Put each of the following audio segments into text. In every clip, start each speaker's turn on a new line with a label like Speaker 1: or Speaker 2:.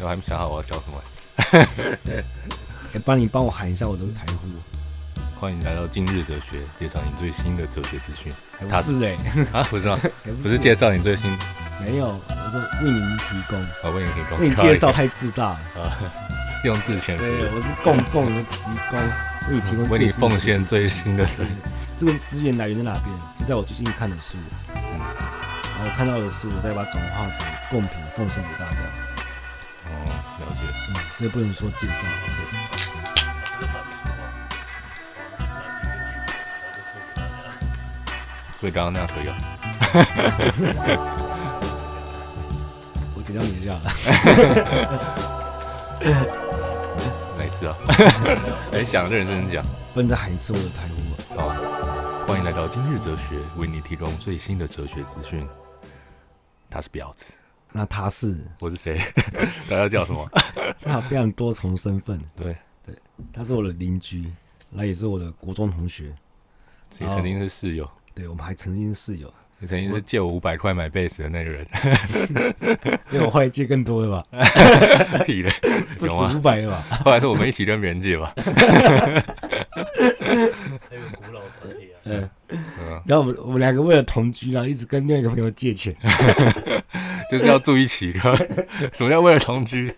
Speaker 1: 我还没想好我要叫什么。
Speaker 2: 哎，帮你帮我喊一下我的台呼，
Speaker 1: 欢迎来到今日哲学，介绍你最新的哲学资 讯
Speaker 2: 还
Speaker 1: 他
Speaker 2: 不是哎、
Speaker 1: 啊，不是吗？
Speaker 2: 还
Speaker 1: 不是介绍你最新，
Speaker 2: 没有，我是为您提供，
Speaker 1: 我为你提供
Speaker 2: 为你介绍太自大了。
Speaker 1: 啊，用字遣
Speaker 2: 对，
Speaker 1: 词，
Speaker 2: 我是供奉你的提供，为你提供
Speaker 1: 嗯为
Speaker 2: 最
Speaker 1: 你
Speaker 2: 新的
Speaker 1: 奉献
Speaker 2: 资
Speaker 1: 最
Speaker 2: 讯
Speaker 1: 新的声音。
Speaker 2: 这个资源来源在哪边？就在我最近看的书，
Speaker 1: 嗯
Speaker 2: 然后我看到的书，我再把它转化成贡品奉献给大家。
Speaker 1: 哦，了解。
Speaker 2: 嗯，所以不能说介绍。
Speaker 1: 所以刚刚那样可以啊？
Speaker 2: 我剪掉你的下来，
Speaker 1: 哪一次 啊？哎，想认真讲。
Speaker 2: 不然再喊一次我的台呼吧。
Speaker 1: 好，欢迎来到今日哲学，为你提供最新的哲学资讯。他是婊子，
Speaker 2: 那他是，
Speaker 1: 我是谁？ 大家叫什么？
Speaker 2: 哦他有非常多重身份，
Speaker 1: 对，
Speaker 2: 他是我的邻居，那也是我的国中同学。
Speaker 1: 也曾经是室友，
Speaker 2: 对，我们还曾经室友，
Speaker 1: 也曾经是借我五百块买贝斯的那个人。
Speaker 2: 因为我后来借更多了吧，
Speaker 1: 屁嘞，
Speaker 2: 不
Speaker 1: 有
Speaker 2: 止
Speaker 1: 吗
Speaker 2: 五？百了吧？
Speaker 1: 后来是我们一起跟别人借吧。
Speaker 3: 那个古老团体啊，
Speaker 2: 嗯，
Speaker 1: 嗯，
Speaker 2: 然后我们我们两个为了同居，然后一直跟另外一个朋友借钱，
Speaker 1: 就是要住一起。 什么叫为了同居？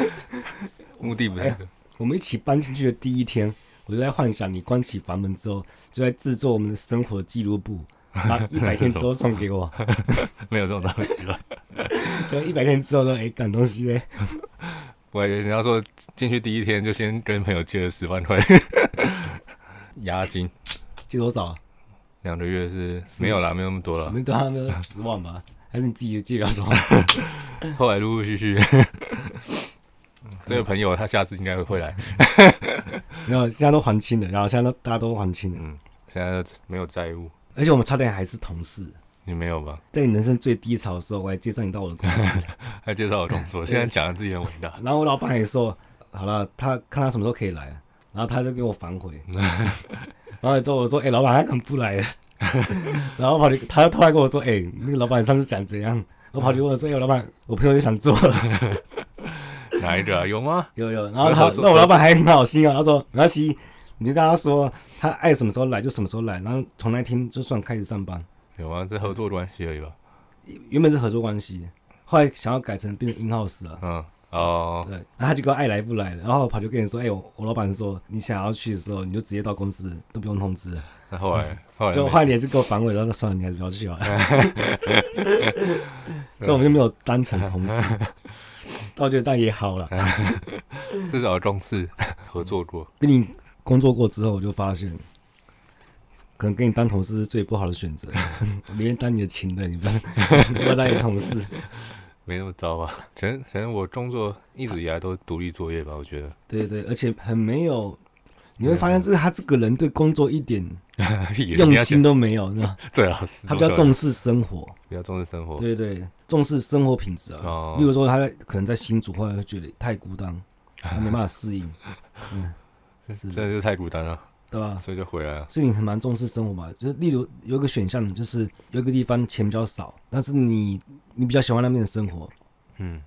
Speaker 1: 目的不太
Speaker 2: 哎我们一起搬进去的第一天，我就在幻想你关起房门之后，就在制作我们的生活记录簿，把一百天之后送给我，
Speaker 1: 没有这种东西 了。
Speaker 2: 就一百天之后说，哎，干东西嘞，
Speaker 1: 我还以为人家说进去第一天就先跟朋友借了十万块 押金，
Speaker 2: 借多少？
Speaker 1: 两个月是没有啦，没有那么多
Speaker 2: 我
Speaker 1: 了。
Speaker 2: 们多少没有十万吧？还是你自己借了多少？
Speaker 1: 后来陆陆续 续，这个朋友他下次应该会会来。
Speaker 2: 没有，现在都还清了，然后现在都大家都还清了，
Speaker 1: 嗯，现在没有债务，
Speaker 2: 而且我们差点还是同事。
Speaker 1: 你没有吧？
Speaker 2: 在你人生最低潮的时候，我还介绍你到我的公司，
Speaker 1: 还介绍我工 作，现在讲的自己很伟大。
Speaker 2: 然后我老板也说，好了，他看他什么时候可以来，然后他就给我反 悔，然后之后我说，哎、老板他可能不来了， 然后跑去，他就突然跟我说，哎、那个老板上次讲怎样，我跑去问我说，哎、我老板，我朋友就想做了，
Speaker 1: 哪一个啊？有吗？
Speaker 2: 有有，然后他那我老板还很好心啊，他说没关系，你就跟他说，他爱什么时候来就什么时候来，然后从那天就算开始上班，
Speaker 1: 有吗？这合作关系而已吧。
Speaker 2: 原本是合作关系，后来想要改成变成 in house 啊，
Speaker 1: 嗯，哦，
Speaker 2: 对，然后他就跟我爱来不来了，然后我跑去跟你说，哎、我我老板说你想要去的时候，你就直接到公司，都不用通知了。
Speaker 1: 那 后来后来
Speaker 2: 就
Speaker 1: 哎没
Speaker 2: 换脸是给我反悔，然后算了，你还是不要去好了。所以我们就没有当成同事，但我觉得这样也好了。
Speaker 1: 至少公司 合作过。
Speaker 2: 跟你工作过之后，我就发现，可能跟你当同事是最不好的选择。我宁愿当你的情人，你不要不要 当你的同事。
Speaker 1: 没那么糟啊吧？反正反正我工作一直以来都独立作业吧，我觉得。
Speaker 2: 对对，而且很没有，你会发现这他这个人对工作一点用
Speaker 1: 用
Speaker 2: 心都没有，是吧？
Speaker 1: 最好是
Speaker 2: 他比较重视生活。
Speaker 1: 比较重视生活。
Speaker 2: 对对，重视生活品质啊。
Speaker 1: 哦
Speaker 2: 例如说，他在可能在新竹，后来会觉得太 孤单，他没办法适应，
Speaker 1: 真的就太孤单了，
Speaker 2: 对吧？
Speaker 1: 所以就回来了。
Speaker 2: 所以你很蛮重视生活吧？就是例如有一个选项，就是有一个地方钱比较少，但是你你比较喜欢那边的生活，
Speaker 1: 嗯，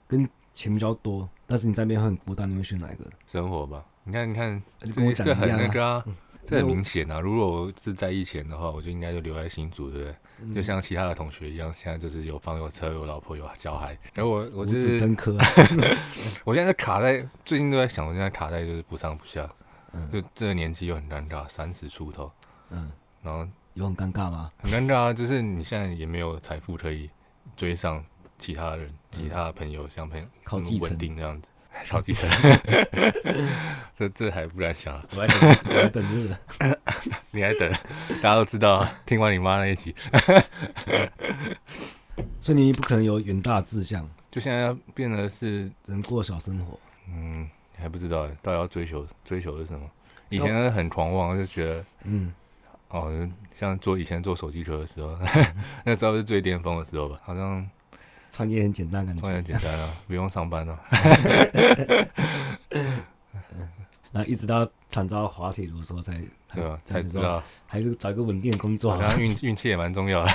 Speaker 2: 钱比较多，但是你在那边会很孤单，你会选哪一个？
Speaker 1: 生活吧。你看，你看，
Speaker 2: 你跟我
Speaker 1: 这
Speaker 2: 讲
Speaker 1: 这
Speaker 2: 的
Speaker 1: 很
Speaker 2: 一样
Speaker 1: 那
Speaker 2: 啊。
Speaker 1: 个啊，这
Speaker 2: 那
Speaker 1: 很
Speaker 2: 我
Speaker 1: 明显啊。如果我是在以前的话，我就应该就留在新竹，对不对？
Speaker 2: 嗯
Speaker 1: 就像其他的同学一样，现在就是有房有车有老婆有小孩。然后我我
Speaker 2: 五
Speaker 1: 就
Speaker 2: 子
Speaker 1: 是
Speaker 2: 登 科，啊
Speaker 1: 我现在就卡在最近都在想，我现在卡在就是不上不下，
Speaker 2: 嗯
Speaker 1: 就这个年纪又很尴尬，三十出头，
Speaker 2: 嗯，
Speaker 1: 然后
Speaker 2: 有很尴尬吗？
Speaker 1: 很尴尬啊，就是你现在也没有财富可以追上其他人、其他的朋友，像朋友
Speaker 2: 靠
Speaker 1: 那么
Speaker 2: 哦继承
Speaker 1: 稳定这样子， 靠继承。这这还不然想啊，
Speaker 2: 我还等，我还等这个。
Speaker 1: 你还等？大家都知道啊，听完你妈那一集，
Speaker 2: 所以你不可能有远大的志向，
Speaker 1: 就现在要变得是，
Speaker 2: 只能过小生活。
Speaker 1: 嗯，还不知道到底要追求追求的是什么。以前是很狂妄，就觉得
Speaker 2: 嗯，
Speaker 1: 哦，像做以前做手机壳的时候， 那时候是最巅峰的时候吧，好像
Speaker 2: 创业很简单，感觉
Speaker 1: 突然简单了、 不用上班了、啊
Speaker 2: 然后一直到惨遭滑铁卢的时候才，
Speaker 1: 对吧？
Speaker 2: 才
Speaker 1: 才知 道，
Speaker 2: 还是找一个稳定的工作
Speaker 1: 好
Speaker 2: 好了。
Speaker 1: 像 运运气也蛮重要的。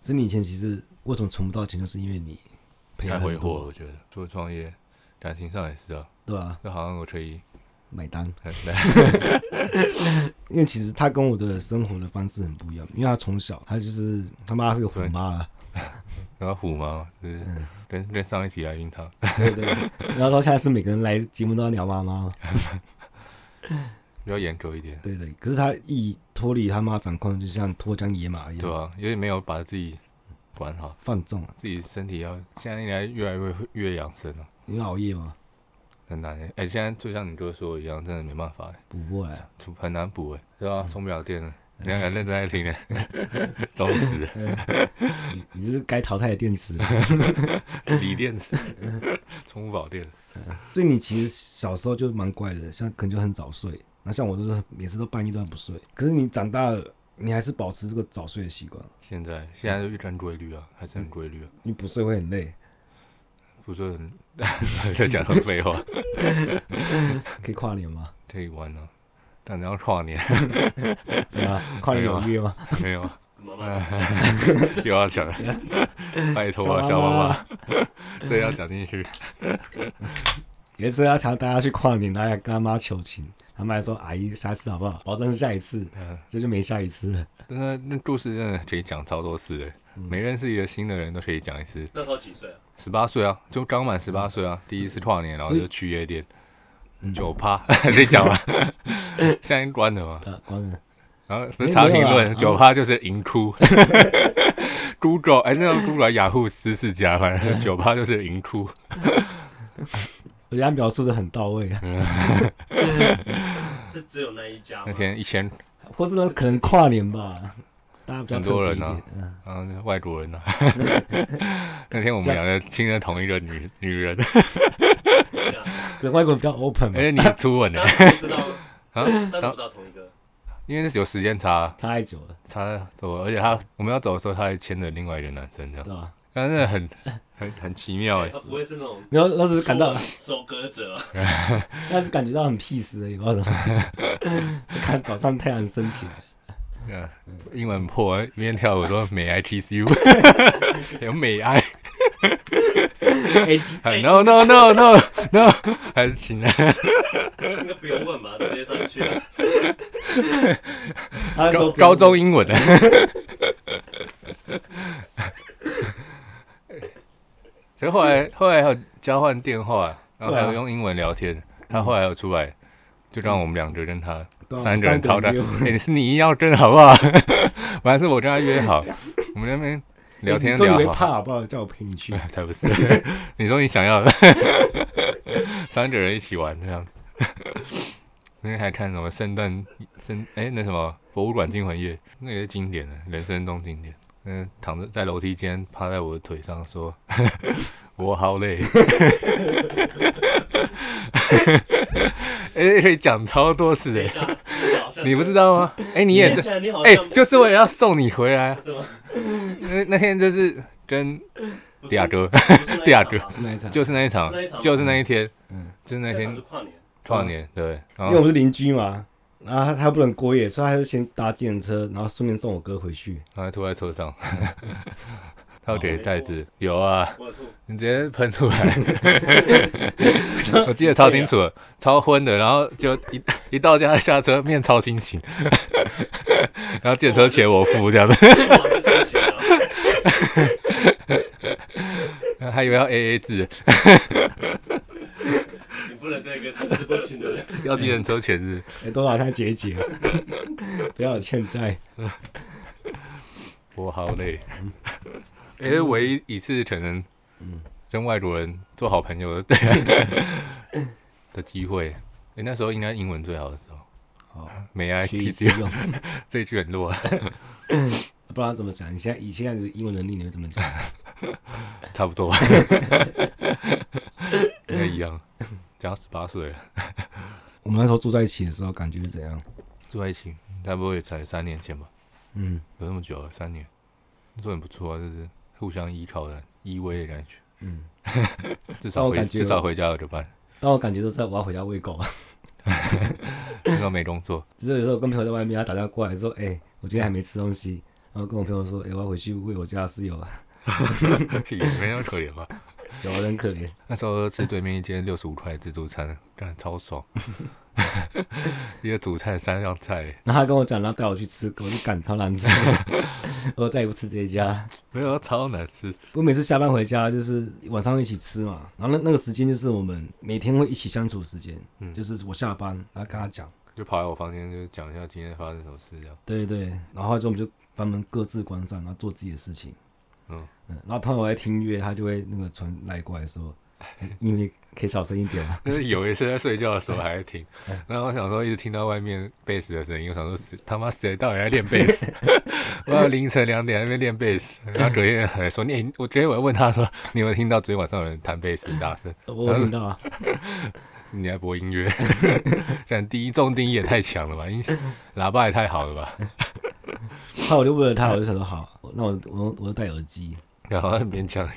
Speaker 2: 所以你以前其实为什么存不到钱，就是因为你赔
Speaker 1: 太
Speaker 2: 了
Speaker 1: 挥
Speaker 2: 很
Speaker 1: 霍了，
Speaker 2: 多，
Speaker 1: 我觉得做创业，感情上也是啊，
Speaker 2: 对吧、
Speaker 1: 就好像我吹一，
Speaker 2: 买单，
Speaker 1: 很
Speaker 2: 因为其实他跟我的生活的方式很不一样，因为他从小他就是他妈是个虎
Speaker 1: 对
Speaker 2: 妈啊，
Speaker 1: 然后虎妈就是
Speaker 2: 嗯
Speaker 1: 跟跟上一期来晕他，
Speaker 2: 对对，然后到现在是每个人来节目都要聊妈妈嘛，
Speaker 1: 比较严格一点，
Speaker 2: 对对，可是他一脱离他妈掌控，就像脱缰野马一
Speaker 1: 对
Speaker 2: 样
Speaker 1: 吧、啊？因为没有把自己管好，
Speaker 2: 放纵啊，
Speaker 1: 自己身体要现在应该越来越会越养生了、
Speaker 2: 因为熬夜嘛，
Speaker 1: 很难欸哎、现在就像你哥说的一样，真的没办法欸、
Speaker 2: 补过来啊，
Speaker 1: 就很难补哎、欸，对吧、充不了电了，你看认真在听呢、欸， 忠实
Speaker 2: 你你就是该淘汰的电池。啊
Speaker 1: 锂电 池，充不饱电，
Speaker 2: 所以你其实小时候就蛮怪的，像可能就很早睡，那像我都是每次都半夜都很不睡。可是你长大了，你还是保持这个早睡的习惯，
Speaker 1: 现在现在就越看规律啊，还是很规律啊，
Speaker 2: 你不睡会很累，
Speaker 1: 不是 很在讲什么废 话，
Speaker 2: 可以跨 年吗？
Speaker 1: 可以玩啊，但你要跨年
Speaker 2: 对啊，跨年有约吗？
Speaker 1: 没有啊？
Speaker 3: 妈妈讲
Speaker 1: 哎 又要讲了，拜托啊，小
Speaker 2: 小妈
Speaker 1: 妈
Speaker 2: 妈
Speaker 1: 妈，这要讲进去。
Speaker 2: 有一次要常大家去跨年，大家跟他妈求情，他妈还说阿姨下次好不好？保证是下一次，
Speaker 1: 嗯，
Speaker 2: 这就没下一次了。
Speaker 1: 真的，那故事真的可以讲超多次的，每认识一个新的人都可以讲一次。
Speaker 3: 那时候几岁啊？
Speaker 1: 十八岁啊，就刚满十八岁啊，第一次跨年，然后就去夜店，酒趴， 可以讲吗？现在已经关了嘛。
Speaker 2: 呃，光人
Speaker 1: 然后不是查啊评
Speaker 2: 没有啊
Speaker 1: 论，
Speaker 2: 啦
Speaker 1: 酒趴就是淫窟。Google 哎，那个 Google 雅虎知识家，反正酒吧就是淫 窟。
Speaker 2: 我觉得他描述的很到位啊，
Speaker 3: 是只有那一家吗
Speaker 1: 那？天一千，
Speaker 2: 或是呢可能跨年吧，大家比较
Speaker 1: 很
Speaker 2: 特
Speaker 1: 多
Speaker 2: 别一
Speaker 1: 人啊
Speaker 2: 点。嗯、
Speaker 1: 然后那外国人 啊，那天我们两个亲了同一个女女人，
Speaker 3: 对啊
Speaker 2: 可能外国人比较 open 嘛
Speaker 1: 而，且你初吻呢
Speaker 3: 大，家不知道吗？
Speaker 1: 啊
Speaker 3: 大家不知道同一个，
Speaker 1: 因为是有时间差，
Speaker 2: 差太久了，
Speaker 1: 差多，而且他我们要走的时候，他还牵着另外一个男生这样
Speaker 2: 对，吧？
Speaker 1: 但是很很很奇妙哎，
Speaker 3: 他不会是那种
Speaker 2: 没有，那时候感到
Speaker 3: 收割者啊，
Speaker 2: 但是感觉到很 peace 而已，不知道什么。 看早上太阳升起来，
Speaker 1: 嗯，英文很破，一边跳舞说美 I kiss you，有美 I，
Speaker 2: 哎、
Speaker 1: 很 no no no no no，还 是亲啊，
Speaker 3: 应该不用问吧，直接上去啊。
Speaker 2: 他
Speaker 1: 高
Speaker 2: 说
Speaker 1: 高中英文的， 所以后来后来还有交换电话，然后还有用英文聊天，他后来有出来，就让我们两个跟他
Speaker 2: 对
Speaker 1: 嗯
Speaker 2: 啊
Speaker 1: 三个人超战，
Speaker 2: 约会
Speaker 1: 哎、是你要跟好不 好？本来是我跟他约好，我们那边 聊 天
Speaker 2: 你说你
Speaker 1: 聊啊
Speaker 2: 会
Speaker 1: 好，
Speaker 2: 怕好不好？叫我陪 你去，
Speaker 1: 哎才不是。你说你想要的， 三个人一起玩这样。 那天还看什么圣诞圣哎、那什么博物馆惊魂夜，那也是经典的，人生中经典。嗯，躺着在楼梯间趴在我的腿上说：“ 我好累。 哎，可以讲超多次的
Speaker 3: 等一，下，你好像
Speaker 1: 你不知道吗？哎、你也
Speaker 3: 听
Speaker 1: 是
Speaker 3: 起，来你好
Speaker 1: 哎、
Speaker 3: 像
Speaker 1: 就是为了要送你回来啊。
Speaker 3: 是吗？
Speaker 1: 那那天就是跟迪亚哥，
Speaker 3: 第
Speaker 1: 第二
Speaker 3: 二
Speaker 1: 个
Speaker 2: 是那一场，
Speaker 1: 就是那一场
Speaker 3: 是那一场，吗
Speaker 1: 就是那一天，
Speaker 2: 嗯
Speaker 1: 就是那
Speaker 3: 那
Speaker 1: 天
Speaker 3: 是跨年，
Speaker 1: 跨年，对，然
Speaker 2: 因为我
Speaker 1: 后
Speaker 2: 们是邻居嘛，然后他他不能过夜，所以他就先搭计程车，然后顺便送我哥回去。
Speaker 1: 然后吐在车上，
Speaker 2: 嗯
Speaker 1: 他有给袋
Speaker 3: 哦
Speaker 1: 子，有啊，
Speaker 3: 我有吐，
Speaker 1: 你直接喷 出来，我记得超清楚的，超昏的，然后就一一到家下车面超清醒，然后借车钱我付这样子，
Speaker 3: 我就清醒啊了。
Speaker 1: 然后还以为要 A A 制，
Speaker 3: 你不能对一个神志不清的 人，
Speaker 1: 要计程车钱是，
Speaker 2: 哎、多少他结一结， 不要有欠债。
Speaker 1: 我好累， 哎、唯一一次可能
Speaker 2: 嗯
Speaker 1: 跟外国人做好朋友的
Speaker 2: 嗯
Speaker 1: 的机会。哎、那时候应该英文最好的时候。
Speaker 2: 好，
Speaker 1: 美 I
Speaker 2: 学以
Speaker 1: 哎 P
Speaker 2: 致
Speaker 1: G
Speaker 2: 用，
Speaker 1: 这一句很弱，
Speaker 2: 不然怎么讲？你现在以现在的英文能力，你会怎么讲？
Speaker 1: 差不多吧，应该一样。讲十八岁了，
Speaker 2: 我们那时候住在一起的时候，感觉是怎样？
Speaker 1: 住在一起，差不多也才三年前吧，
Speaker 2: 嗯
Speaker 1: 有那么久了，三年，那时候很不错啊，就是互相依靠的依偎的感觉，
Speaker 2: 嗯，
Speaker 1: 至
Speaker 2: 但
Speaker 1: 少
Speaker 2: 我
Speaker 1: 回
Speaker 2: 感觉
Speaker 1: 至少回家有个伴，
Speaker 2: 但我感觉都在我要回家喂狗。
Speaker 1: 那时候没工作，
Speaker 2: 只是有时候跟朋友在外面，他打电话过来说：“哎、我今天还没吃东西。” 啊然后跟我朋友说：“哎、我要回去喂我家的室友。
Speaker 1: 没那么可怜吧？”
Speaker 2: 有人可怜。
Speaker 1: 那时候吃对面一间六十五块的自助餐，干超爽， 一个主菜三样菜，
Speaker 2: 然后他跟我讲，然后带我去吃，我就赶超难吃， 我再也不吃这一家。
Speaker 1: 没有啊超难吃，
Speaker 2: 我每次下班回家就是晚上一起吃嘛，然后那那个时间就是我们每天会一起相处的时间，
Speaker 1: 嗯
Speaker 2: 就是我下班然后跟他讲，
Speaker 1: 就跑来我房间就讲一下今天发生什么事这 样。
Speaker 2: 对对，然后后来之后我们就把门各自关上，然后做自己的事情。
Speaker 1: 嗯
Speaker 2: 嗯，然后通常我在听音乐，他就会那个传来过来说，音乐可以小声一点啊吗？
Speaker 1: 但是有一次在睡觉的时候还在 听，然后我想说一直听到外面贝斯的声音，我想说 谁他妈谁到底在练贝斯？ 我到凌晨两点还在那边练贝斯，然后隔天还说你、欸我昨天我还问他说 你有没有听到昨天晚上有人弹贝斯很大声？
Speaker 2: 我有听到啊，
Speaker 1: 你还播音乐， 但第一重定义也太强了吧，音喇叭也太好了吧？
Speaker 2: 后来我就问了他，我就想说好，那我我我就戴耳机。
Speaker 1: 然后很勉强，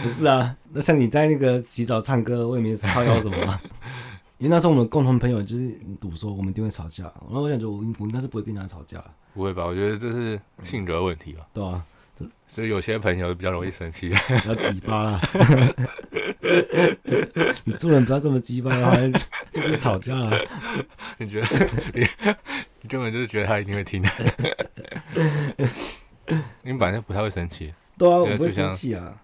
Speaker 2: 不是啊，那像你在那个洗澡唱歌，我也没靠要什么啊、因为那时候我们共同朋友就是赌说我们一定会吵架，然后我想说我应我应该是不会跟人家吵架，
Speaker 1: 不会吧？我觉得这是性格问题吧。
Speaker 2: 对吧、
Speaker 1: 所以有些朋友比较容易生气，
Speaker 2: 不要鸡巴啦，你做人不要这么鸡巴的话，就不会吵架了。
Speaker 1: 你觉得 你你根本就是觉得他一定会听的， 你本来就不太会生气，
Speaker 2: 对啊，我
Speaker 1: 对啊
Speaker 2: 不会
Speaker 1: 就像
Speaker 2: 生气啊。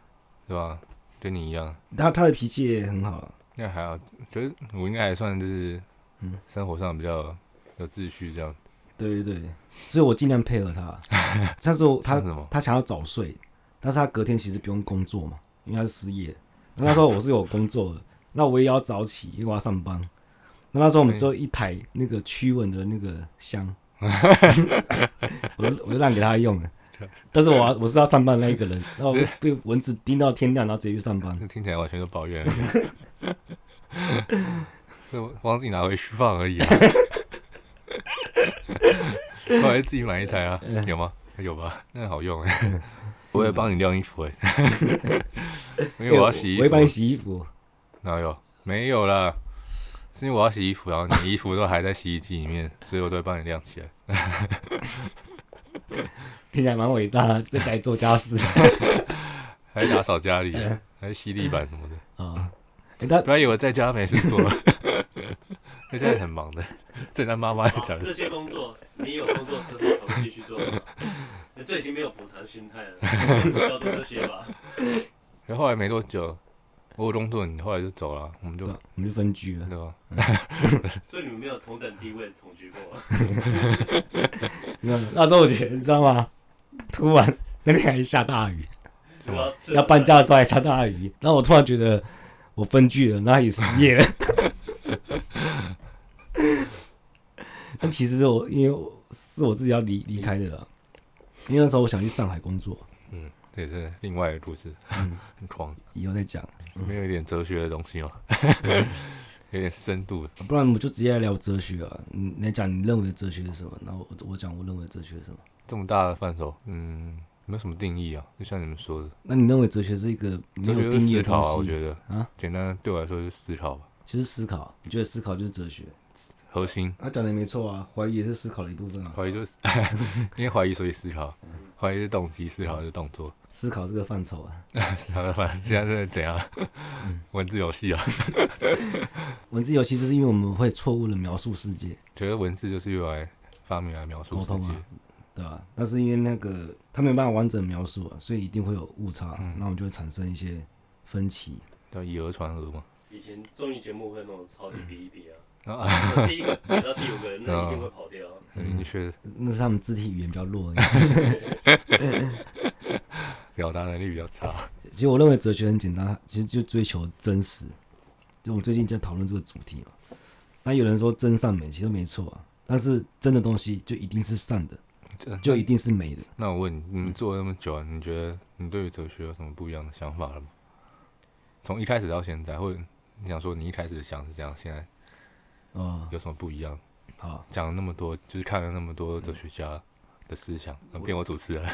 Speaker 1: 对吧？跟你一样，
Speaker 2: 他他的脾气也很好，
Speaker 1: 那还好，觉得我应该还算就是
Speaker 2: 嗯
Speaker 1: 生活上比较有秩序这样。
Speaker 2: 对对对，所以我尽量配合他。像是我他
Speaker 1: 像什么
Speaker 2: 他想要早睡，但是他隔天其实不用工作嘛，因为他是失业。那那时候我是有工作的， 那我也要早起，因为我要上班。那那时候我们只有一台那个驱蚊的那个香， 我就我就让给他用了。但是我要我是要上班的那一个人，然后我被蚊子叮到天亮，然后直接去上 班。
Speaker 1: 那听起来完全都抱怨了。 那我忘记拿回去放而已、啊。 后来自己买一台啊，
Speaker 2: 嗯
Speaker 1: 有吗？有吧？那好 用哎、我也帮你晾衣服哎、 因为我要洗衣
Speaker 2: 哎我会
Speaker 1: 服
Speaker 2: 帮。你洗衣服。
Speaker 1: 哪有？没有啦，是因为我要洗衣服，然后你衣服都还在洗衣机里面， 所以我都会帮你晾起来。
Speaker 2: 听起来蛮伟大的，在家里做家事
Speaker 1: 还打扫家里，
Speaker 2: 嗯
Speaker 1: 还吸地板什么的。
Speaker 2: 啊。哎、他
Speaker 1: 不要以为在家没事做， 在家里很忙的，正在妈妈在
Speaker 3: 好
Speaker 1: 讲。
Speaker 3: 这些工作你有工作之后还会继续做吗？你这已经没有补偿心态了， 你不需要做这些吧？
Speaker 1: 然后后来没多久，我有工作，你后来就走了，我们就
Speaker 2: 我们就分居了，
Speaker 1: 对吧？
Speaker 3: 所以你们没有同等地位同居过啊，
Speaker 2: 那那时候我觉得，你知道吗？突然那天还下大雨，
Speaker 3: 主要 吃
Speaker 2: 要搬家的时候还下大雨，然后我突然觉得我分居了，然后也失业了。 但其实我因为我是我自己要离离开的啦，因为那时候我想去上海工作，
Speaker 1: 嗯，这也是另外一个故事，
Speaker 2: 嗯
Speaker 1: 很狂，
Speaker 2: 以后再讲，
Speaker 1: 没有一点哲学的东 西吗？哦有点深度，
Speaker 2: 不然我们就直接来聊哲学啊。你你讲你认为的哲学是什么？然后我我讲我认为的哲学是什么？
Speaker 1: 这么大的范畴，嗯，没有什么定义啊。就像你们说的，
Speaker 2: 那你认为哲学是一个没
Speaker 1: 哲
Speaker 2: 有
Speaker 1: 学
Speaker 2: 定
Speaker 1: 是
Speaker 2: 义
Speaker 1: 思
Speaker 2: 的
Speaker 1: 考啊，我
Speaker 2: 东西？
Speaker 1: 觉得
Speaker 2: 啊，
Speaker 1: 简单对我来说就是思考吧，
Speaker 2: 就是思考，你觉得思考就是哲学？
Speaker 1: 核心
Speaker 2: 他讲的也没错啊，怀疑也是思考的一部分啊。
Speaker 1: 怀疑就是 因为怀疑所以思考，怀疑是动机，思考是动作。
Speaker 2: 思考这个范畴啊，
Speaker 1: 思考的范现在是怎样？
Speaker 2: 嗯
Speaker 1: 文字游戏啊，
Speaker 2: 文字游戏就是因为我们会错误的描述世界，
Speaker 1: 觉得文字就是用来发明来描述
Speaker 2: 沟
Speaker 1: 世
Speaker 2: 通
Speaker 1: 界
Speaker 2: 啊。对吧？那是因为那个他没有办法完整描述啊，所以一定会有误差，那我们就会产生一些分歧。
Speaker 1: 叫以讹传讹嘛。
Speaker 3: 以前综艺节目会有那种超级比一比啊，
Speaker 1: 然后啊，
Speaker 3: 第一个比到第五个人，那一定会跑掉啊。
Speaker 2: 嗯
Speaker 1: 你确
Speaker 2: 那是他们肢体语言比较弱而已。
Speaker 1: 表达能力比较差，
Speaker 2: 其实我认为哲学很简单，其实就追求真实。就我们最近在讨论这个主题嘛，那有人说真善美，其实没错啊，但是真的东西就一定是善的，
Speaker 1: 这
Speaker 2: 就一定是美的。
Speaker 1: 那我问你，你们做了那么久啊，你觉得你对于哲学有什么不一样的想法了吗？从一开始到现在，或者你想说你一开始想是这样，现在
Speaker 2: 哦，
Speaker 1: 有什么不一样？
Speaker 2: 好，
Speaker 1: 讲了那么多，
Speaker 2: 嗯
Speaker 1: 就是看了那么多哲学家的思想，呃变我主持人，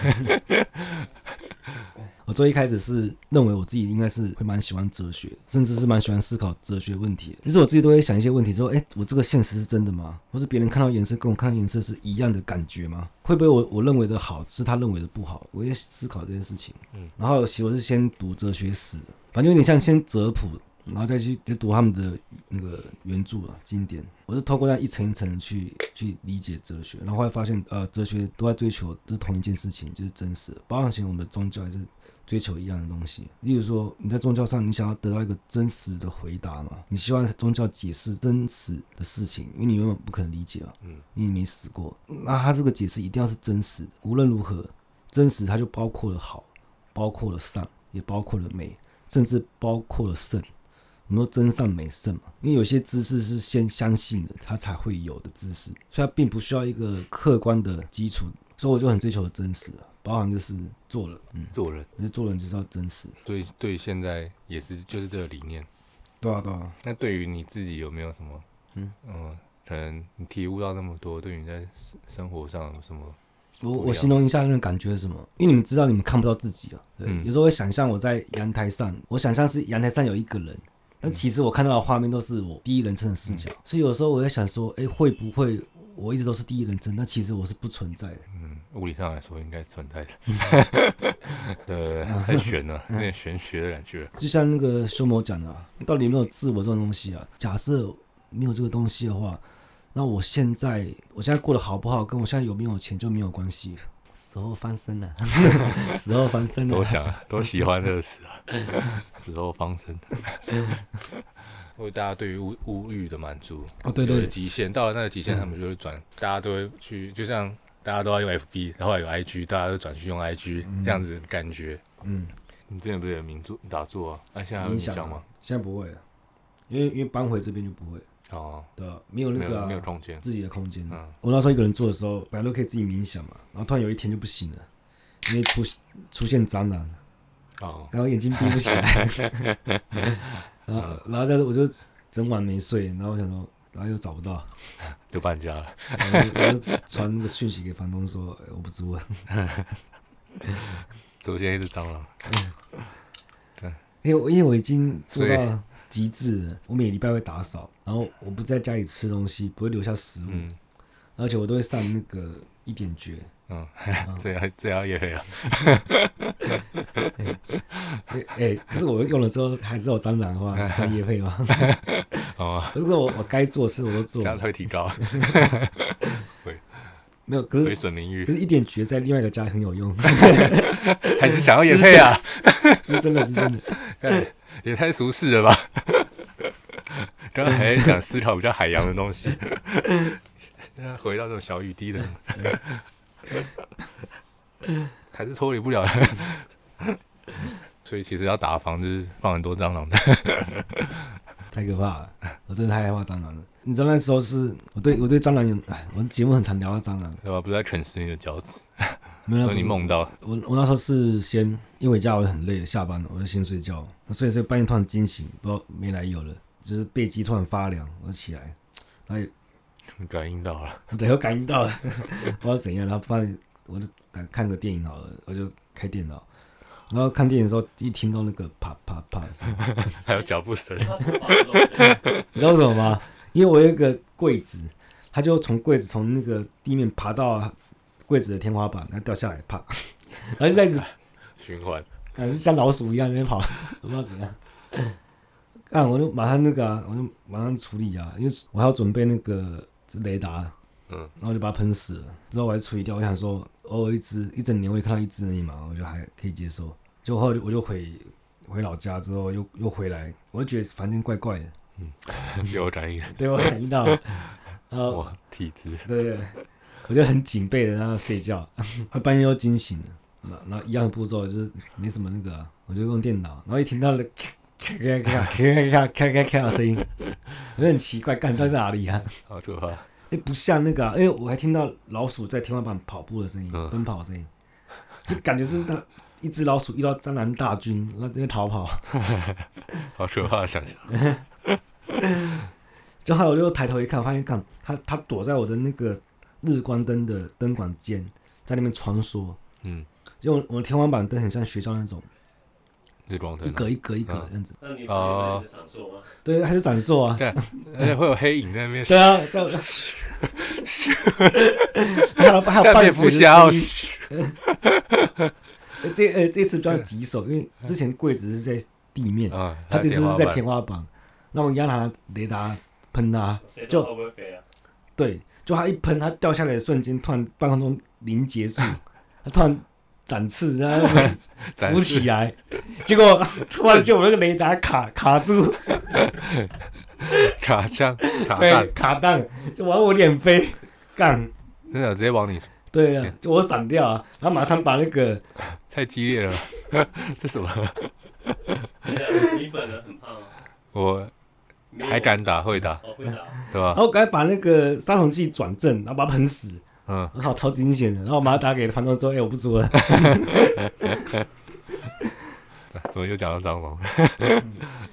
Speaker 2: 我最一开始是认为我自己应该是会蛮喜欢哲学，甚至是蛮喜欢思考哲学问题的。其实我自己都会想一些问题，说，哎、我这个现实是真的吗？或是别人看到颜色跟我看到颜色是一样的感觉吗？会不会我我认为的好是他认为的不好？我也思考这件事情。
Speaker 1: 嗯，
Speaker 2: 然后其实我是先读哲学史，反正有点像先哲普，然后再去就读他们的那个原著啊经典。我是透过那一层一层的去去理解哲学，然后后来发现，呃，哲学都在追求都是同一件事情，就是真实的。包含其实我们的宗教也是追求一样的东西。例如说，你在宗教上，你想要得到一个真实的回答嘛？你希望宗教解释真实的事情，因为你永远不可能理解嘛。
Speaker 1: 嗯，
Speaker 2: 你也没死过，那他这个解释一定要是真实的。无论如何，真实它就包括了好，包括了善，也包括了美，甚至包括了圣。我们说真善美圣嘛，因为有些知识是先相信的，它才会有的知识，所以它并不需要一个客观的基础。所以我就很追求真实啊，包含就是做人，嗯，
Speaker 1: 做人，
Speaker 2: 我觉得做人就是要真实。
Speaker 1: 所以对现在也是就是这个理念。
Speaker 2: 对啊，对啊，
Speaker 1: 那对于你自己有没有什么，
Speaker 2: 嗯
Speaker 1: 嗯，可能你体悟到那么多，对于你在生生活上有什么，
Speaker 2: 我
Speaker 1: 不一样
Speaker 2: 我形容一下那个感觉是什么？因为你们知道你们看不到自己啊，对，
Speaker 1: 嗯
Speaker 2: 有时候会想象我在阳台上，我想象是阳台上有一个人，但其实我看到的画面都是我第一人称的视角，所以有时候我在想说，哎、会不会我一直都是第一人称，但其实我是不存在的。
Speaker 1: 嗯，物理上来说应该存在的。 对对，对太玄了，
Speaker 2: 嗯
Speaker 1: 有点玄学的感觉。
Speaker 2: 就像那个修魔讲的、啊，到底有没有自我这种东西啊？假设没有这个东西的话，那我现在我现在过得好不好，跟我现在有没有钱就没有关系。死后翻身了、 死后翻身了、
Speaker 1: 多想啊，多喜欢这个词 啊，死后方生。或者大家对于物物欲的满足，
Speaker 2: 哦，对嗯
Speaker 1: 有了
Speaker 2: 对，
Speaker 1: 极限，到了那个极限，他们就会转，大家都会去，就像大家都要用 FB，然后有 IG，大家都转去用 IG，、这样子的感觉。
Speaker 2: 嗯，
Speaker 1: 你之前不是有名作打坐啊？那、现在还有影
Speaker 2: 影响
Speaker 1: 响
Speaker 2: 啊
Speaker 1: 吗？
Speaker 2: 现在不会了，因为因为搬回这边就不会，
Speaker 1: 哦，
Speaker 2: 对吧、没有
Speaker 1: 没
Speaker 2: 那个
Speaker 1: 有
Speaker 2: 啊、
Speaker 1: 没有空间。
Speaker 2: 自己的空间。
Speaker 1: 嗯
Speaker 2: 我那时候一个人住的时候，本来都可以自己冥想嘛，然后突然有一天就不行了，因为出出现蟑螂，
Speaker 1: 哦，
Speaker 2: 然后眼睛闭不起来， 然后然后但是我就整晚没睡，然后我想说，然后又找不到，
Speaker 1: 就搬家了。
Speaker 2: 然后我就我就传那个讯息给房东说，哎我不租了，
Speaker 1: 所以我现在一只蟑螂，
Speaker 2: 因为我因为我已经做
Speaker 1: 所
Speaker 2: 到极致了，我每礼拜会打扫，然后我不在家里吃东西，不会留下食物，
Speaker 1: 嗯
Speaker 2: 而且我都会上那个一 点绝，
Speaker 1: 嗯
Speaker 2: 嗯，
Speaker 1: 这样这样也可以啊。
Speaker 2: 哎、哎可是我用了之后还是有蟑螂 的话，算业配吗？
Speaker 1: 哦，
Speaker 2: 可是我我该做的事我都
Speaker 1: 这
Speaker 2: 做
Speaker 1: 样
Speaker 2: 了，
Speaker 1: 才会提高，
Speaker 2: 没有，可
Speaker 1: 毁
Speaker 2: 是
Speaker 1: 损名
Speaker 2: 可
Speaker 1: 誉，
Speaker 2: 是一点绝在另外一个家很有用，
Speaker 1: 还是想要也配啊？
Speaker 2: 这是真的，这是真的。
Speaker 1: 干 也太俗世了吧！刚刚 还想思考比较海洋的东西， 现在回到这种小雨滴的，还是脱离不了。所以其实要打房就是放很多蟑螂的，
Speaker 2: 太可怕了，我真的太害怕蟑螂了。你知道那时候是我对我对蟑螂有，哎，我们节目很常聊到蟑螂，
Speaker 1: 对吧？不是在啃食你的脚趾，
Speaker 2: 没
Speaker 1: 说
Speaker 2: 有那不
Speaker 1: 哦你
Speaker 2: 是
Speaker 1: 梦到
Speaker 2: 我我那时候是先因为回家我很累，下班了我就先睡觉，所以所以半夜突然惊醒，不知道没来由了，就是背脊突然发凉，我就起来，然后
Speaker 1: 感应到了，
Speaker 2: 我等我感应到了， 不知道怎样，然后发现我就看个电影好了，我就开电脑，然后看电影的时候一听到那个啪啪啪的声音，
Speaker 1: 还有脚步声，
Speaker 3: 他头发是这种
Speaker 2: 你知道为什么吗？因为我有一个柜子，它就从柜子从那个地面爬到柜子的天花板，然后掉下来，啪，然后就在一直
Speaker 1: 循环。
Speaker 2: 感觉像老鼠一样在那边跑， 我不知道怎样。啊，我就马上那个、啊，我就马上处理啊，因为我还要准备那个雷达，
Speaker 1: 嗯，
Speaker 2: 然后就把它喷死了。之后我还处理掉，我想说，偶尔一只，一整年我也看到一只而已嘛，我就还可以接受。就后来我就回回老家之后，又又回来，我就觉得房间怪怪的，
Speaker 1: 有感应，
Speaker 2: 对我感应到了，然后
Speaker 1: 哇，体质
Speaker 2: 对对，对我就很警备的让他睡觉，半夜又惊醒了，那那一样的步骤就是没什么那个啊、我就用电脑，然后一听到了咔咔咔咔咔咔咔咔的声音，我就很奇怪，干到在哪里啊？
Speaker 1: 好可怕。
Speaker 2: 哎，不像那个、啊，因为我还听到老鼠在天花板跑步的声音，
Speaker 1: 嗯
Speaker 2: 奔跑的声音，就感觉是那一只老鼠遇到蟑螂大军，那这边逃跑。
Speaker 1: 好可怕的想象，
Speaker 2: 就后来我就抬头一看，发现看它它躲在我的那个日光灯的灯管间，在那边穿梭。
Speaker 1: 嗯，
Speaker 2: 因为我我的天花板灯很像学校那种
Speaker 1: 日光
Speaker 2: 一
Speaker 1: 灯、啊，
Speaker 2: 格一格一格这样子，
Speaker 3: 那你朋友一直闪烁吗？
Speaker 2: 对，它就闪烁啊。
Speaker 1: 而哎且会有黑影在那边，
Speaker 2: 对啊，这样。还有还有
Speaker 1: 干
Speaker 2: 伴
Speaker 1: 蝙蝠
Speaker 2: 随着
Speaker 1: 侠哦
Speaker 2: 声音，呃这呃这次比较棘手，因为之前柜子是在地面，
Speaker 1: 啊，
Speaker 2: 他这次是在嗯天
Speaker 1: 花
Speaker 2: 花板，那我一样拿雷达喷他，
Speaker 3: 谁知
Speaker 2: 就
Speaker 3: 道会不会飞啊？
Speaker 2: 对，就他一喷，他掉下来的瞬间，突然半空中零结 束，他突然展翅，然后
Speaker 1: 板
Speaker 2: 浮
Speaker 1: 展
Speaker 2: 起
Speaker 1: 示，
Speaker 2: 来， 结果突然就我那个雷达卡卡住，
Speaker 1: 卡枪卡弹
Speaker 2: 对，，卡档，就往我脸 飞，干，
Speaker 1: 真的直接往你，
Speaker 2: 对啊，就我闪掉啊，然后马上把那个
Speaker 1: 太激烈了， 这什么？
Speaker 3: 你俩你本人很胖啊，
Speaker 1: 我
Speaker 3: 没有
Speaker 1: 还敢打会打，
Speaker 3: 哦会打，
Speaker 1: 对
Speaker 2: 然
Speaker 1: 吧？
Speaker 2: 后赶快把那个杀虫剂转正，然后把它喷死，
Speaker 1: 嗯，
Speaker 2: 我靠，超惊险的。然后我马上打给团长说：“哎、我不说 了。
Speaker 1: 怎么又讲到蟑螂？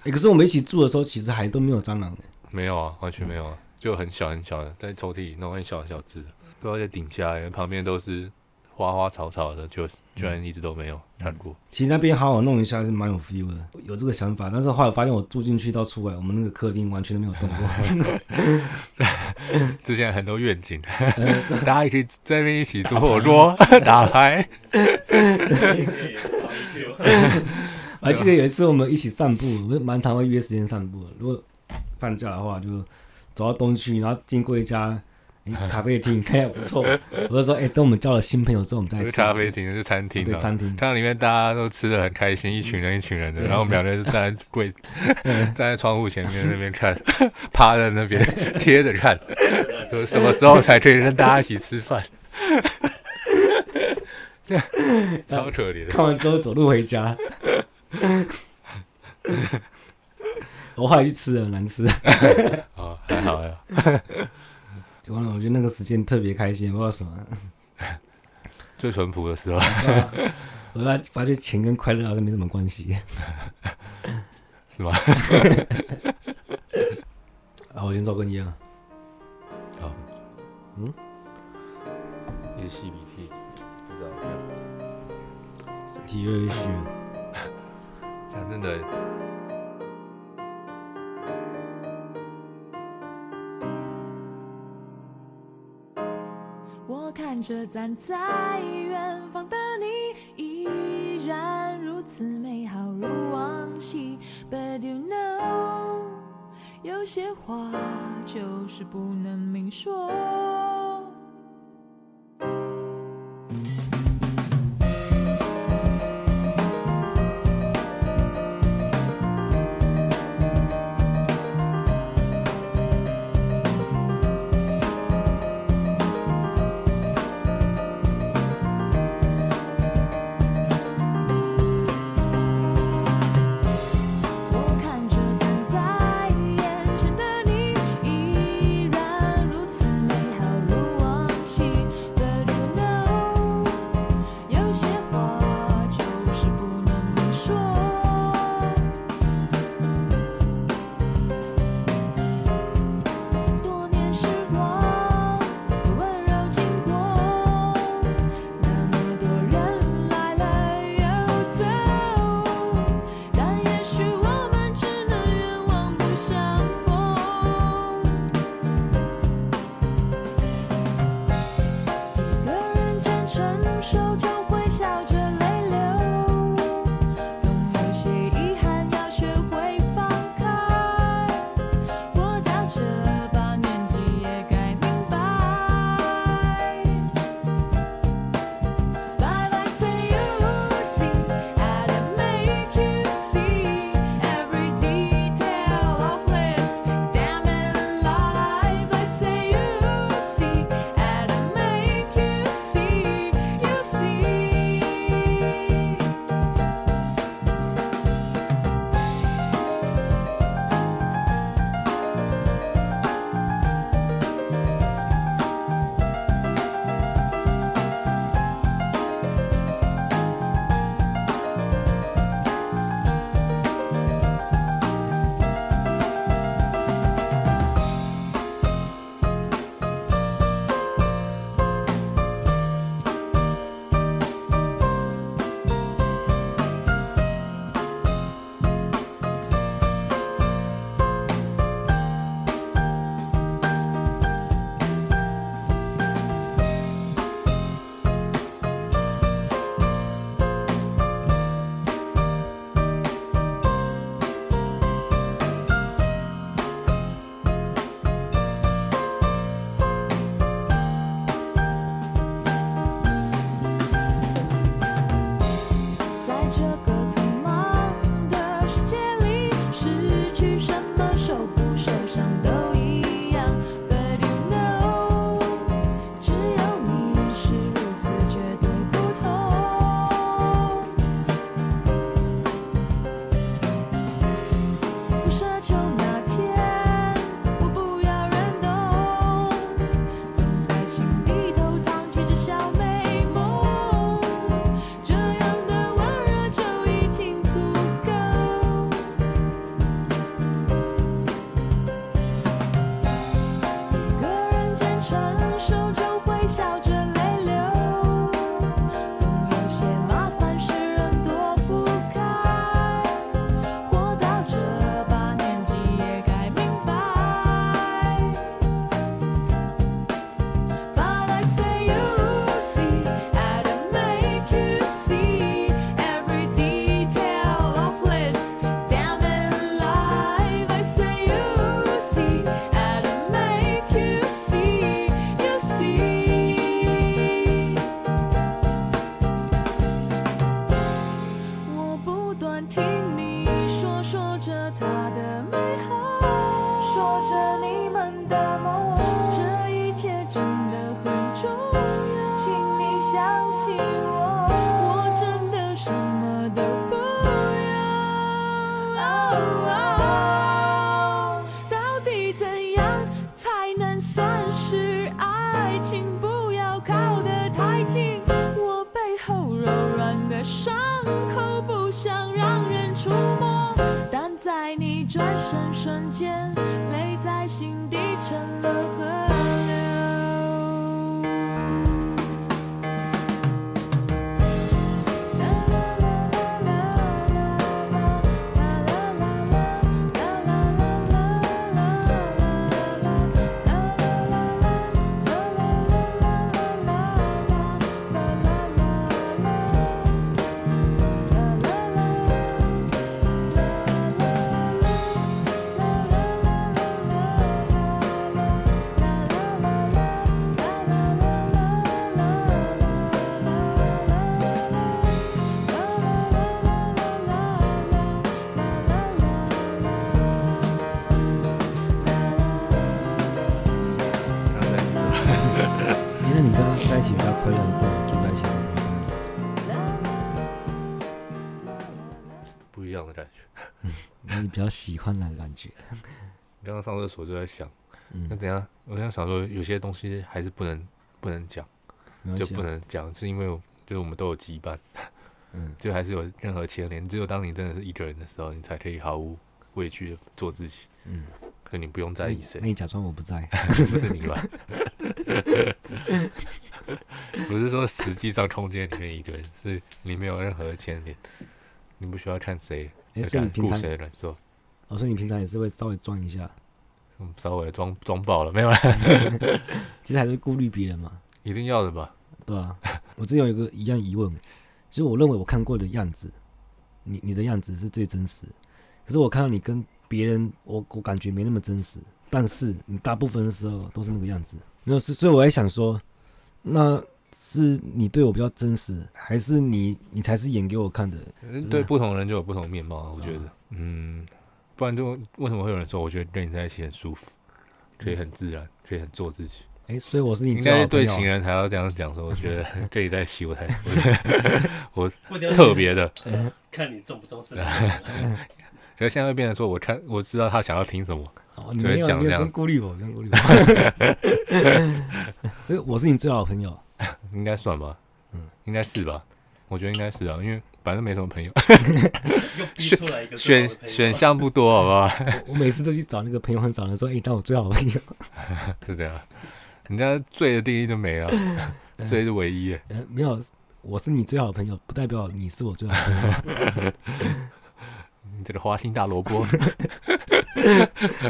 Speaker 2: 哎，可是我们一起住的时候，其实还都没有蟑螂的。
Speaker 1: 没有啊，完全没有啊，就很小很小的，在抽屉里那种很小很小只的，不知道在顶下来，旁边都是花花草草的，就居然一直都没有
Speaker 2: 嗯
Speaker 1: 看过。
Speaker 2: 其实那边好好弄一下是蛮有 feel 的，有这个想法。但是后来发现我住进去到出来，我们那个客厅完全都没有动过。
Speaker 1: 之前很多愿景，
Speaker 2: 嗯
Speaker 1: 大家一起在那边一起煮火锅、 打牌，
Speaker 3: 你可以找一 Q，
Speaker 2: 我还记得有一次我们一起散步，我们蛮常会约时间散步的。如果放假的话，就走到东区，然后经过一家、哎咖啡厅， 看起来不错。我就说：“哎、等我们交了新朋友之后，我们再
Speaker 1: 不
Speaker 2: 来
Speaker 1: 是
Speaker 2: 吃
Speaker 1: 咖啡厅，是餐厅
Speaker 2: 对
Speaker 1: 啊。
Speaker 2: 餐厅。
Speaker 1: 看到里面大家都吃的很开心，一群人一群人的，然后我们两个就站在 柜，站在窗户前面那边看， 趴在那边贴着看，说什么时候才可以跟大家一起吃饭？ 超可怜的。
Speaker 2: 看完之后走路回家。 我后来去吃了，难吃。
Speaker 1: 哦，还好呀，
Speaker 2: 完了，我觉得那个时间特别开心，不知道什么。
Speaker 1: 最淳朴的时候，
Speaker 2: 我发发觉钱跟快乐好像没什么关系。
Speaker 1: 是 吗？
Speaker 2: 啊，我先抽根烟啊。
Speaker 1: 好，
Speaker 2: 嗯，
Speaker 1: 一直吸鼻涕，不知道
Speaker 2: 身体越来越虚了。
Speaker 1: 看真的。
Speaker 4: 我看着站在远方的你，依然如此美好如往昔。But you know，有些话就是不能明说。我看着站在眼前的你，依然如此美好如断听你说说着他的美好，说着你们的梦，这一切真的很重要，请你相信我，我真的什么都不哦要。到底怎样才能算是爱情？不要靠得太近，我背后柔软的伤口不想让人触摸，但在你转身瞬间，泪在心底成了河流。
Speaker 1: 刚才
Speaker 2: 哎，那你跟他在一起比较快乐，还是跟我住在一起比较快乐？
Speaker 1: 不一样的感觉。
Speaker 2: 那你比较喜欢哪个感觉？
Speaker 1: 刚刚上厕所就在想，那
Speaker 2: 嗯，
Speaker 1: 怎样？我刚刚想说，有些东西还是不能不能讲，
Speaker 2: 没关
Speaker 1: 就
Speaker 2: 系啊
Speaker 1: 不。能讲，是因为我就是我们都有羁绊，
Speaker 2: 嗯，
Speaker 1: 就还是有任何牵连。只有当你真的是一个人的时候，你才可以毫无畏惧的做自己。
Speaker 2: 嗯，
Speaker 1: 所以你不用在意谁
Speaker 2: 那，你假装我 不在。
Speaker 1: 不是你吧？不是说实际上空间里面一个人，是你没有任何牵连，你不需要看谁
Speaker 2: 哎，
Speaker 1: 的
Speaker 2: 所以你
Speaker 1: 感
Speaker 2: 平
Speaker 1: 顾
Speaker 2: 常，
Speaker 1: 谁的感受。
Speaker 2: 哦，所以你平常也是会稍微装一下，
Speaker 1: 嗯，稍微装装爆了，没有啦，
Speaker 2: 其实还是顾虑别人嘛，
Speaker 1: 一定要的吧？
Speaker 2: 对吧、 我之前有一个一样疑问，就是我认为我看过的样子，你你的样子是最真实的，可是我看到你跟别人，我我感觉没那么真实，但是你大部分的时候都是那个样子，没有是，所以我在想说，那是你对我比较真实，还是你你才是演给我看的？
Speaker 1: 嗯
Speaker 2: 是
Speaker 1: 对
Speaker 2: 啊
Speaker 1: 不同人就有不同面貌啊，我觉得，嗯，不然就为什么会有人说，我觉得跟你在一起很舒服，可以很自然，可以很做自己，
Speaker 2: 哎、所以我是你
Speaker 1: 应
Speaker 2: 最好
Speaker 1: 该
Speaker 2: 的朋
Speaker 1: 对
Speaker 2: 友啊
Speaker 1: 情人才要这样讲，说我觉得 跟你在一起我才
Speaker 3: 不一定要
Speaker 1: 特别的，
Speaker 3: 看你重不重视他。
Speaker 1: 可是现在会变成说，我看我知道他想要听什么，
Speaker 2: 哦，你
Speaker 1: 就
Speaker 2: 没
Speaker 1: 会
Speaker 2: 有
Speaker 1: 讲
Speaker 2: 没
Speaker 1: 这
Speaker 2: 有
Speaker 1: 样
Speaker 2: 跟顾虑我，跟顾虑 我， 所以我是你最好的朋友。
Speaker 1: 应该算吧，
Speaker 2: 嗯
Speaker 1: 应该是吧，我觉得应该是啊，因为反正没什么朋友，
Speaker 3: 又逼出来一个最
Speaker 1: 选
Speaker 3: 好的朋友
Speaker 1: 选项不多，好不好？
Speaker 2: 我每次都去找那个朋友很少的时候，哎、当我最好的朋友，
Speaker 1: 是这样，人家醉的定义就没了， 醉是唯一的，
Speaker 2: 呃，没有，我是你最好的朋友，不代表你是我最好的朋友。
Speaker 1: 你这个花心大萝卜，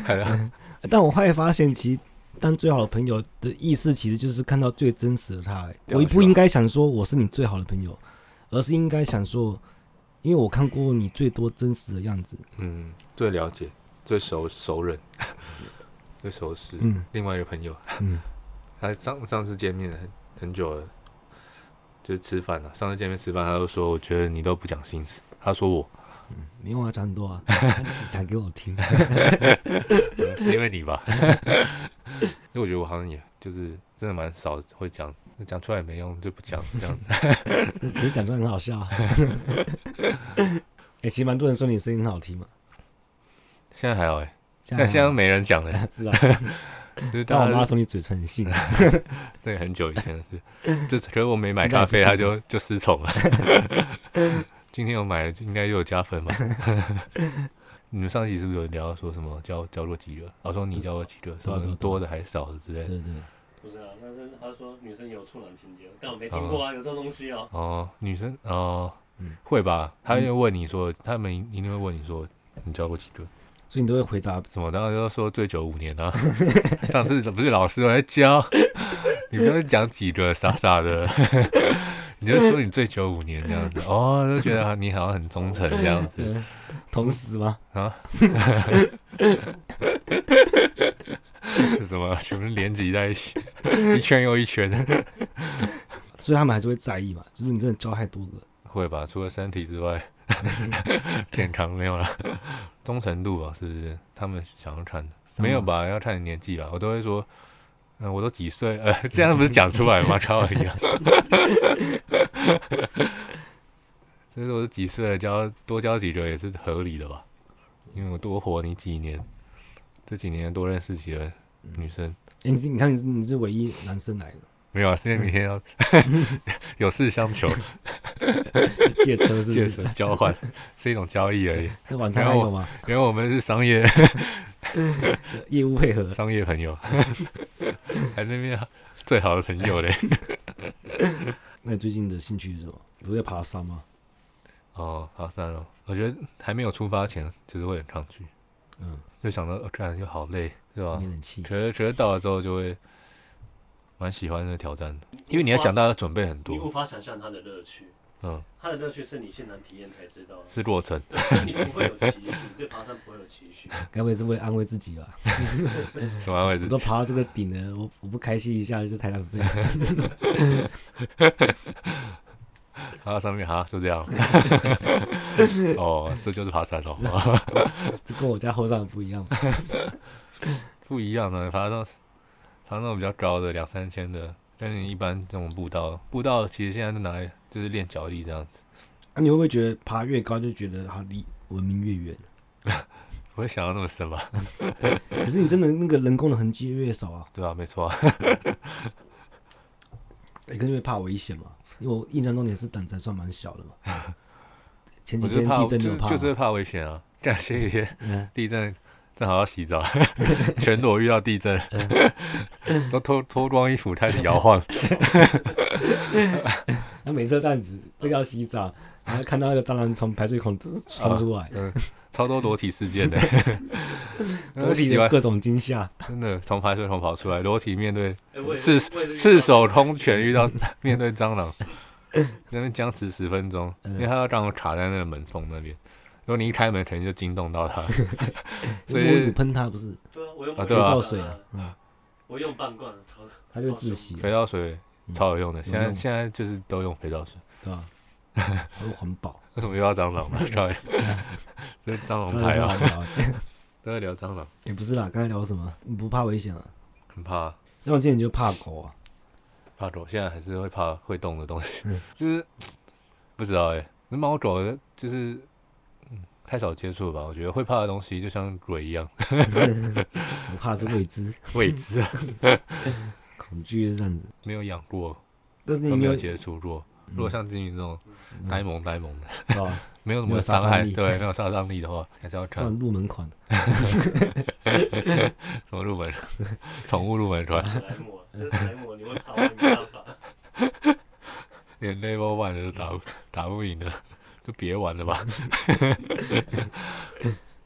Speaker 1: 好了。
Speaker 2: 但我后来发现，其实当最好的朋友的意思，其实就是看到最真实的他、哎
Speaker 1: 对啊
Speaker 2: 我
Speaker 1: 是
Speaker 2: 不
Speaker 1: 啊
Speaker 2: 应该想说我是你最好的朋友，而是应该想说，因为我看过你最多真实的样子。
Speaker 1: 嗯，最了解、最熟熟人、最熟 识。
Speaker 2: 嗯
Speaker 1: 另外一个朋友，
Speaker 2: 嗯，
Speaker 1: 他上上次见面很很久了，就是吃饭了。上次见面吃饭，他就说：“我觉得你都不讲心事。”他说我：“
Speaker 2: 没有啊，讲很多啊，只讲给我听。哎、
Speaker 1: 嗯是因为你吧？” 因为我觉得我好像也就是真的蛮少会讲，讲出来也没用，就不讲这样。
Speaker 2: 可是讲出来很好笑、啊。 哎、其实蛮多人说你声音很好听嘛。
Speaker 1: 现在还好哎、欸，
Speaker 2: 现
Speaker 1: 但现在都
Speaker 2: 还
Speaker 1: 没人讲了、
Speaker 2: 好 是啊，
Speaker 1: 就是
Speaker 2: 但我
Speaker 1: 大
Speaker 2: 妈
Speaker 1: 家
Speaker 2: 说你嘴唇很性感。
Speaker 1: 对很久以前的 事。这可是我没买
Speaker 2: 知
Speaker 1: 咖
Speaker 2: 道也不
Speaker 1: 啡，他啊
Speaker 2: 行
Speaker 1: 就就失宠 了。今天我买了，应该又有加分 吧？你们上期是不是有聊到说什么交交过几个？我、哦、说你交过几个，
Speaker 2: 对
Speaker 1: 说
Speaker 2: 对对
Speaker 1: 多的还是少的之类的。
Speaker 2: 对对。
Speaker 3: 不是啊，那是他说女生有处男情节，但我没听过啊，有这种东西哦。
Speaker 1: 哦，女生哦
Speaker 2: 嗯，
Speaker 1: 会吧？他会问你说，他们一定会问你说你交过几个？
Speaker 2: 所以你都会回答
Speaker 1: 什么？然后就说最久五年啊。 上次不是老师我在教， 你不要讲几个傻傻的， 你就说你最久五年这样子。哦，就觉得你好像很忠诚这样 子
Speaker 2: 呃，同时吗？
Speaker 1: 啊。什么？全部连集在一起， 一圈又一圈，
Speaker 2: 所以他们还是会在意嘛。就是你真的教太多个，
Speaker 1: 会吧？除了身体之外，浅尝没有了，忠诚度啊吧，是不是？他们想要看的
Speaker 2: 什么
Speaker 1: 没有吧？要看你年纪吧，我都会说，嗯、我都几岁了？呃，这样不是讲出来吗？超一样。所以说我都几岁了，交多交几个也是合理的吧？因为我多活你几年，这几年多认识几个女生。
Speaker 2: 哎、你你看你是你是唯一男生来的，
Speaker 1: 没有啊，是因为明天要有事相求，
Speaker 2: 借车是不
Speaker 1: 借着？
Speaker 2: 是
Speaker 1: 交换是一种交易而已。
Speaker 2: 那晚上还有吗？
Speaker 1: 因为我们是商业
Speaker 2: 业务配合
Speaker 1: 商业朋友， 还那边最好的朋友 嘞。
Speaker 2: 那你最近的兴趣是什么？不是在爬山吗？
Speaker 1: 哦，爬山哦，我觉得还没有出发前就是会很抗拒，
Speaker 2: 嗯，
Speaker 1: 就想到呃干就好累，是吧
Speaker 2: 没？冷气。
Speaker 1: 可是可是到了之后就会蛮喜欢这个挑战的，
Speaker 2: 嗯
Speaker 1: 因为你要想到要准备很
Speaker 3: 你无
Speaker 1: 多，
Speaker 3: 法想象它的乐趣，
Speaker 1: 嗯，
Speaker 3: 它的乐趣是你现场体验才知道的。
Speaker 1: 是过程。
Speaker 3: 对，所以你不会有期许，对爬山不会有期许。哎
Speaker 2: 该不会是为了安慰自己吧？
Speaker 1: 什么安慰
Speaker 2: 嗯我
Speaker 1: 自
Speaker 2: 都
Speaker 1: 己？
Speaker 2: 爬到这个顶了，我我不开心一下就太浪费 了。
Speaker 1: 爬啊到上面哈，就这 样。哦，这就是爬山哦。
Speaker 2: 这跟我家后山不一样，
Speaker 1: 不一样的，爬到爬到那种比较高的两三千的，但是一般这种步道，步道其实现在都拿来就是练脚力这样子。
Speaker 2: 啊，你会不会觉得爬越高就觉得好离文明越远？
Speaker 1: 不会想到那么深吧？
Speaker 2: 可是你真的那个人工的痕迹越少啊，
Speaker 1: 对啊，没错 啊、
Speaker 2: 你可能会怕危险嘛？因为我印象中你是胆子还算蛮小的嘛。前
Speaker 1: 我
Speaker 2: 几
Speaker 1: 就是
Speaker 2: 天
Speaker 1: 怕，
Speaker 2: 地
Speaker 1: 就
Speaker 2: 震你
Speaker 1: 是
Speaker 2: 有怕吗？
Speaker 1: 就是怕危险啊。感谢一天
Speaker 2: 嗯
Speaker 1: 地震，正好要洗澡， 全裸遇到地震，
Speaker 2: 嗯
Speaker 1: 都脱脱光衣服开始摇 晃。
Speaker 2: 那每次这样子，这个要洗澡，然后看到那个蟑螂从排水孔滋窜出来，
Speaker 1: 嗯，超多裸体事 件的，
Speaker 2: 裸体
Speaker 1: 嗯洗
Speaker 2: 有
Speaker 1: 完
Speaker 2: 各种惊吓。
Speaker 1: 真的从排水孔跑出来，裸体面对
Speaker 3: 哎我也
Speaker 1: 赤
Speaker 3: 我也遇到
Speaker 1: 赤手空拳遇到面对蟑螂， 在那边僵持十分钟，
Speaker 2: 嗯
Speaker 1: 因为他要让我卡在那个门缝那边。如果你一开门，肯定就惊动到 他。所
Speaker 2: 摸
Speaker 1: 以
Speaker 2: 乳喷它不是，
Speaker 3: 对啊，我用
Speaker 1: 啊对
Speaker 2: 肥
Speaker 1: 啊
Speaker 2: 皂水啊，嗯，
Speaker 3: 我用半罐的超
Speaker 2: 它就窒息
Speaker 1: 肥
Speaker 2: 了，
Speaker 1: 皂水
Speaker 2: 嗯
Speaker 1: 超有用的，现
Speaker 2: 有
Speaker 1: 在
Speaker 2: 用
Speaker 1: 现在就是都用肥皂水。
Speaker 2: 对吧？还有环保，
Speaker 1: 为什么又要蟑螂呢？靠 这是蟑螂
Speaker 2: 真的
Speaker 1: 台
Speaker 2: 很
Speaker 1: 啊，
Speaker 2: 环保。
Speaker 1: 都在聊蟑螂，
Speaker 2: 也不是啦，刚才聊什么？你不怕危险啊？
Speaker 1: 很怕
Speaker 2: 像我之前就怕狗啊，
Speaker 1: 怕狗，现在还是会怕会动的东西，
Speaker 2: 嗯
Speaker 1: 就是不知道哎、那猫狗就是、嗯太少接触了吧？我觉得会怕的东西就像鬼 一样，
Speaker 2: 我怕是未知，
Speaker 1: 未知啊，
Speaker 2: 恐惧是这样子。
Speaker 1: 没有养过，
Speaker 2: 但是你
Speaker 1: 都
Speaker 2: 有
Speaker 1: 没
Speaker 2: 没
Speaker 1: 有
Speaker 2: 有
Speaker 1: 接触过。如果像金鱼这种
Speaker 2: 嗯
Speaker 1: 呆萌呆萌的，
Speaker 2: 对吧？
Speaker 1: 没有什
Speaker 2: 没
Speaker 1: 么
Speaker 2: 有杀
Speaker 1: 伤
Speaker 2: 伤
Speaker 1: 害，
Speaker 2: 力
Speaker 1: 对，没有杀伤力的话，还是要 看
Speaker 2: 算入门款，
Speaker 1: 什么入门款宠物入门
Speaker 3: 这
Speaker 1: 船，
Speaker 3: 史莱姆啊，这史莱姆你会怕，我也没办法。
Speaker 1: 连 level one 的都打不打不赢的，就别玩了 吧。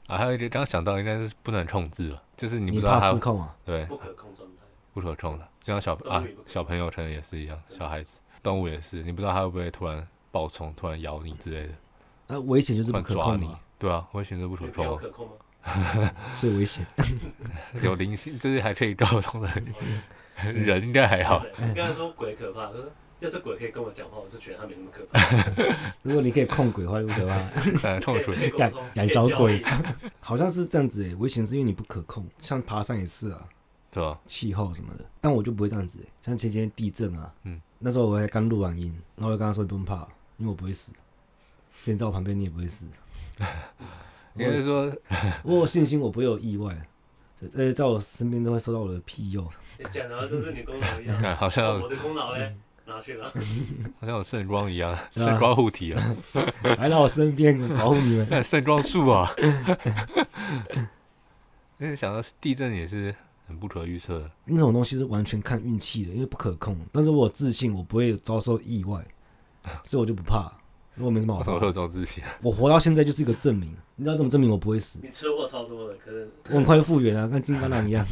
Speaker 1: 啊，还有一个刚想到，应该是不能控制吧，就是你不
Speaker 2: 你
Speaker 1: 知道
Speaker 2: 怕
Speaker 1: 它
Speaker 2: 失控啊？
Speaker 1: 对
Speaker 3: 不可控状态，
Speaker 1: 不可控的，就像小啊
Speaker 3: 动物也不可控
Speaker 1: 小朋友可能也是一样，小孩子动物也是，你不知道它会不会突然爆冲、突然咬你之类的，
Speaker 2: 那危险就
Speaker 1: 突
Speaker 2: 是不
Speaker 1: 然
Speaker 2: 可
Speaker 1: 抓
Speaker 2: 控
Speaker 1: 你
Speaker 2: 嘛，。
Speaker 1: 对啊，我会选择不可
Speaker 3: 你不
Speaker 1: 控
Speaker 3: 要
Speaker 1: 啊。
Speaker 3: 可 控吗？
Speaker 2: 最危险。
Speaker 1: 有灵性，就是还可以沟通的
Speaker 3: 嗯
Speaker 1: 人应该还好。
Speaker 3: 对你刚才说鬼可怕，可是要是鬼可以跟我讲话，我就觉得他没那么 可怕。
Speaker 2: 如果你可以控鬼的话，就不可怕。
Speaker 3: 嗯
Speaker 1: 呃，痛楚
Speaker 3: 可以可以沟
Speaker 2: 养
Speaker 3: 通
Speaker 2: 养
Speaker 3: 可以
Speaker 2: 小
Speaker 3: 交
Speaker 2: 鬼
Speaker 3: 易
Speaker 2: 好像是这样子诶、欸危险是因为你不可控，像爬山也是啊，
Speaker 1: 对吧？
Speaker 2: 气候什么的。但我就不会这样子诶、像前几天地震啊，
Speaker 1: 嗯，
Speaker 2: 那时候我还刚录完音，然后我就跟他说你不用怕，因为我不会死。所以你在我旁边，你也不 会死。
Speaker 1: 应该是说，
Speaker 2: 我有信心，我不会有意外。呃，在我身边都会受到我的庇佑。
Speaker 3: 你讲的就是你功劳 一样，
Speaker 1: 呃看好像
Speaker 3: 哦我的功劳嘞，拿去了。
Speaker 1: 好像有圣光一样，
Speaker 2: 对啊
Speaker 1: 圣光护体啊，
Speaker 2: 来到我身边保护你们。
Speaker 1: 那圣光术 啊。因为想到地震也是很不可预测的，
Speaker 2: 那种东西是完全看运气的，因为不可控。但是我有自信，我不会遭受意外，所以我就不怕。如果没什么好
Speaker 3: 哦
Speaker 1: 我怎么
Speaker 2: 怕
Speaker 1: 会，有这种自信？
Speaker 2: 我活到现在就是一个证明。你知道怎么证明我不会死？
Speaker 3: 你吃货超多的，可是
Speaker 2: 我很快就复原啊了、跟金刚狼一样。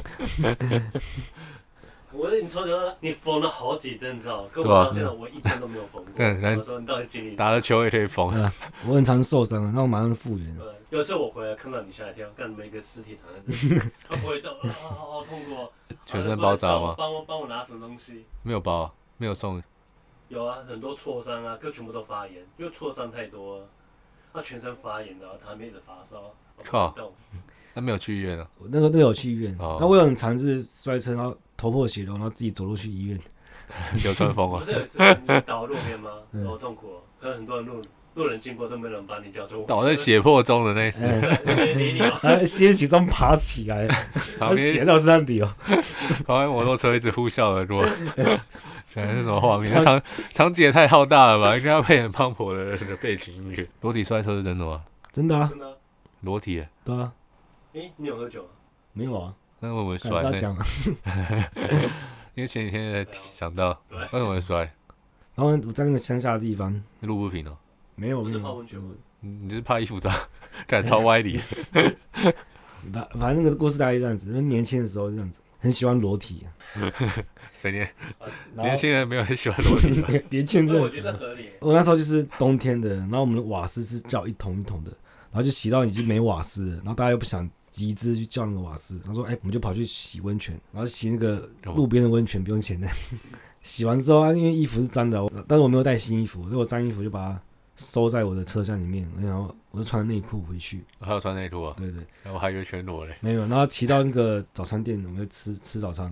Speaker 3: 我说你抽球了，你缝了好几针，你知道吗？可我
Speaker 1: 对啊
Speaker 3: 到现在我一针都没有缝过。
Speaker 1: 对然后
Speaker 3: 我说你到底经历
Speaker 1: 打了球也可以疯，
Speaker 3: 嗯
Speaker 2: 我很常受伤啊，那我马上复原了。
Speaker 1: 嗯
Speaker 3: 对，有一次我回来看到你吓一跳，干你们一个尸体躺在这里， 他不会动，啊，好好痛苦哦！
Speaker 1: 全身包扎吗？
Speaker 3: 帮我帮我拿什么东西？
Speaker 1: 没有包啊，没有送，
Speaker 3: 有啊，很多挫伤啊，哥全部都发炎，因为挫伤太多了。他全身发炎的，然后他面一直发烧，我不
Speaker 1: 靠
Speaker 3: 能动，
Speaker 1: 那没有去医 院啊？
Speaker 2: 我那个那个有去医院，
Speaker 1: 哦
Speaker 2: 但我有很常就是摔车，然后头破血流，然后自己走路去医院。
Speaker 1: 流川枫
Speaker 3: 我
Speaker 1: 啊
Speaker 3: 不，是有一次你倒路边 吗？
Speaker 2: 嗯
Speaker 3: 好痛苦、哦，可能很多人路路人经过都没有人把你叫住，
Speaker 1: 倒在血泊中的那一次，
Speaker 2: 哎，
Speaker 3: 没人理 你哦。
Speaker 2: 他先起床爬起来，
Speaker 1: 啊旁
Speaker 2: 他
Speaker 1: 边
Speaker 2: 血到身上流。
Speaker 1: 旁边摩托车一直呼啸而 过，想是什么画面？那场场景也太浩大了吧！ 应该要配很磅礴的人的背景音乐。裸体摔车是真的吗？
Speaker 2: 真的啊，
Speaker 3: 真的啊？
Speaker 1: 裸体耶，
Speaker 2: 对啊，
Speaker 3: 诶、你有喝酒吗？
Speaker 2: 没有啊，
Speaker 1: 那我们
Speaker 2: 敢
Speaker 1: 摔
Speaker 2: 这样
Speaker 1: 呢？
Speaker 2: 讲。
Speaker 1: 因为前几天才提想到，为什么会摔？
Speaker 2: 然后我在那个乡下的地方，
Speaker 1: 路不平哦。
Speaker 2: 没有
Speaker 3: 不
Speaker 2: 没
Speaker 3: 是泡
Speaker 2: 有
Speaker 3: 温，泉吗？
Speaker 1: 你你是怕衣服脏， 感超歪 理。
Speaker 2: 反反正那个故事大概这样子，就是年轻的时候这样子，很喜欢裸体，啊
Speaker 1: 谁年
Speaker 2: 然后
Speaker 1: 年轻人没有很喜欢裸体吧？
Speaker 2: 年轻人
Speaker 3: 这我
Speaker 2: 真
Speaker 3: 觉
Speaker 2: 的
Speaker 3: 得合理。
Speaker 2: 我那时候就是冬天的，然后我们的瓦斯是叫一桶一桶的，然后就洗到已经没瓦斯了，然后大家又不想集资去叫那个瓦斯，然后说哎、我们就跑去洗温泉，然后洗那个路边的温泉不用钱的。 洗完之后啊，因为衣服是脏的，我但是我没有带新衣服，所以我脏衣服就把它收在我的车厢里面，然后我就穿内裤回去。
Speaker 1: 我还有穿内裤啊，
Speaker 2: 对对，
Speaker 1: 然后我还以为全裸嘞。
Speaker 2: 没有。然后骑到那个早餐店，我们就吃吃早餐，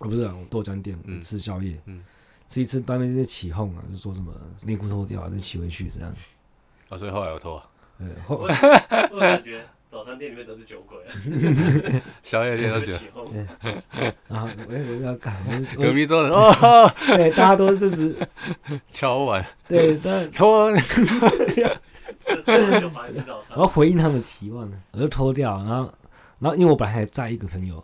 Speaker 2: 哦不是、啊，我豆浆店我们
Speaker 1: 嗯
Speaker 2: 吃宵夜，
Speaker 1: 嗯
Speaker 2: 吃一吃，当面在起哄啊，就说什么内裤脱掉啊，再骑回去这样。
Speaker 1: 哦，所以后来我脱啊，
Speaker 2: 对，后
Speaker 3: 我我感觉早餐店里面都是酒鬼啊，
Speaker 1: 宵夜店都
Speaker 3: 都
Speaker 1: 觉得
Speaker 3: 起哄。
Speaker 2: 啊，我也我要干，我就
Speaker 1: 隔
Speaker 2: 我
Speaker 1: 壁桌的哦，
Speaker 2: 对大家都这只
Speaker 1: 敲 碗
Speaker 2: 对，但
Speaker 1: 脱，
Speaker 3: 就白吃早餐
Speaker 2: 我要，回应他们期望呢，我就脱掉，然后然后因为我本来还载一个朋友，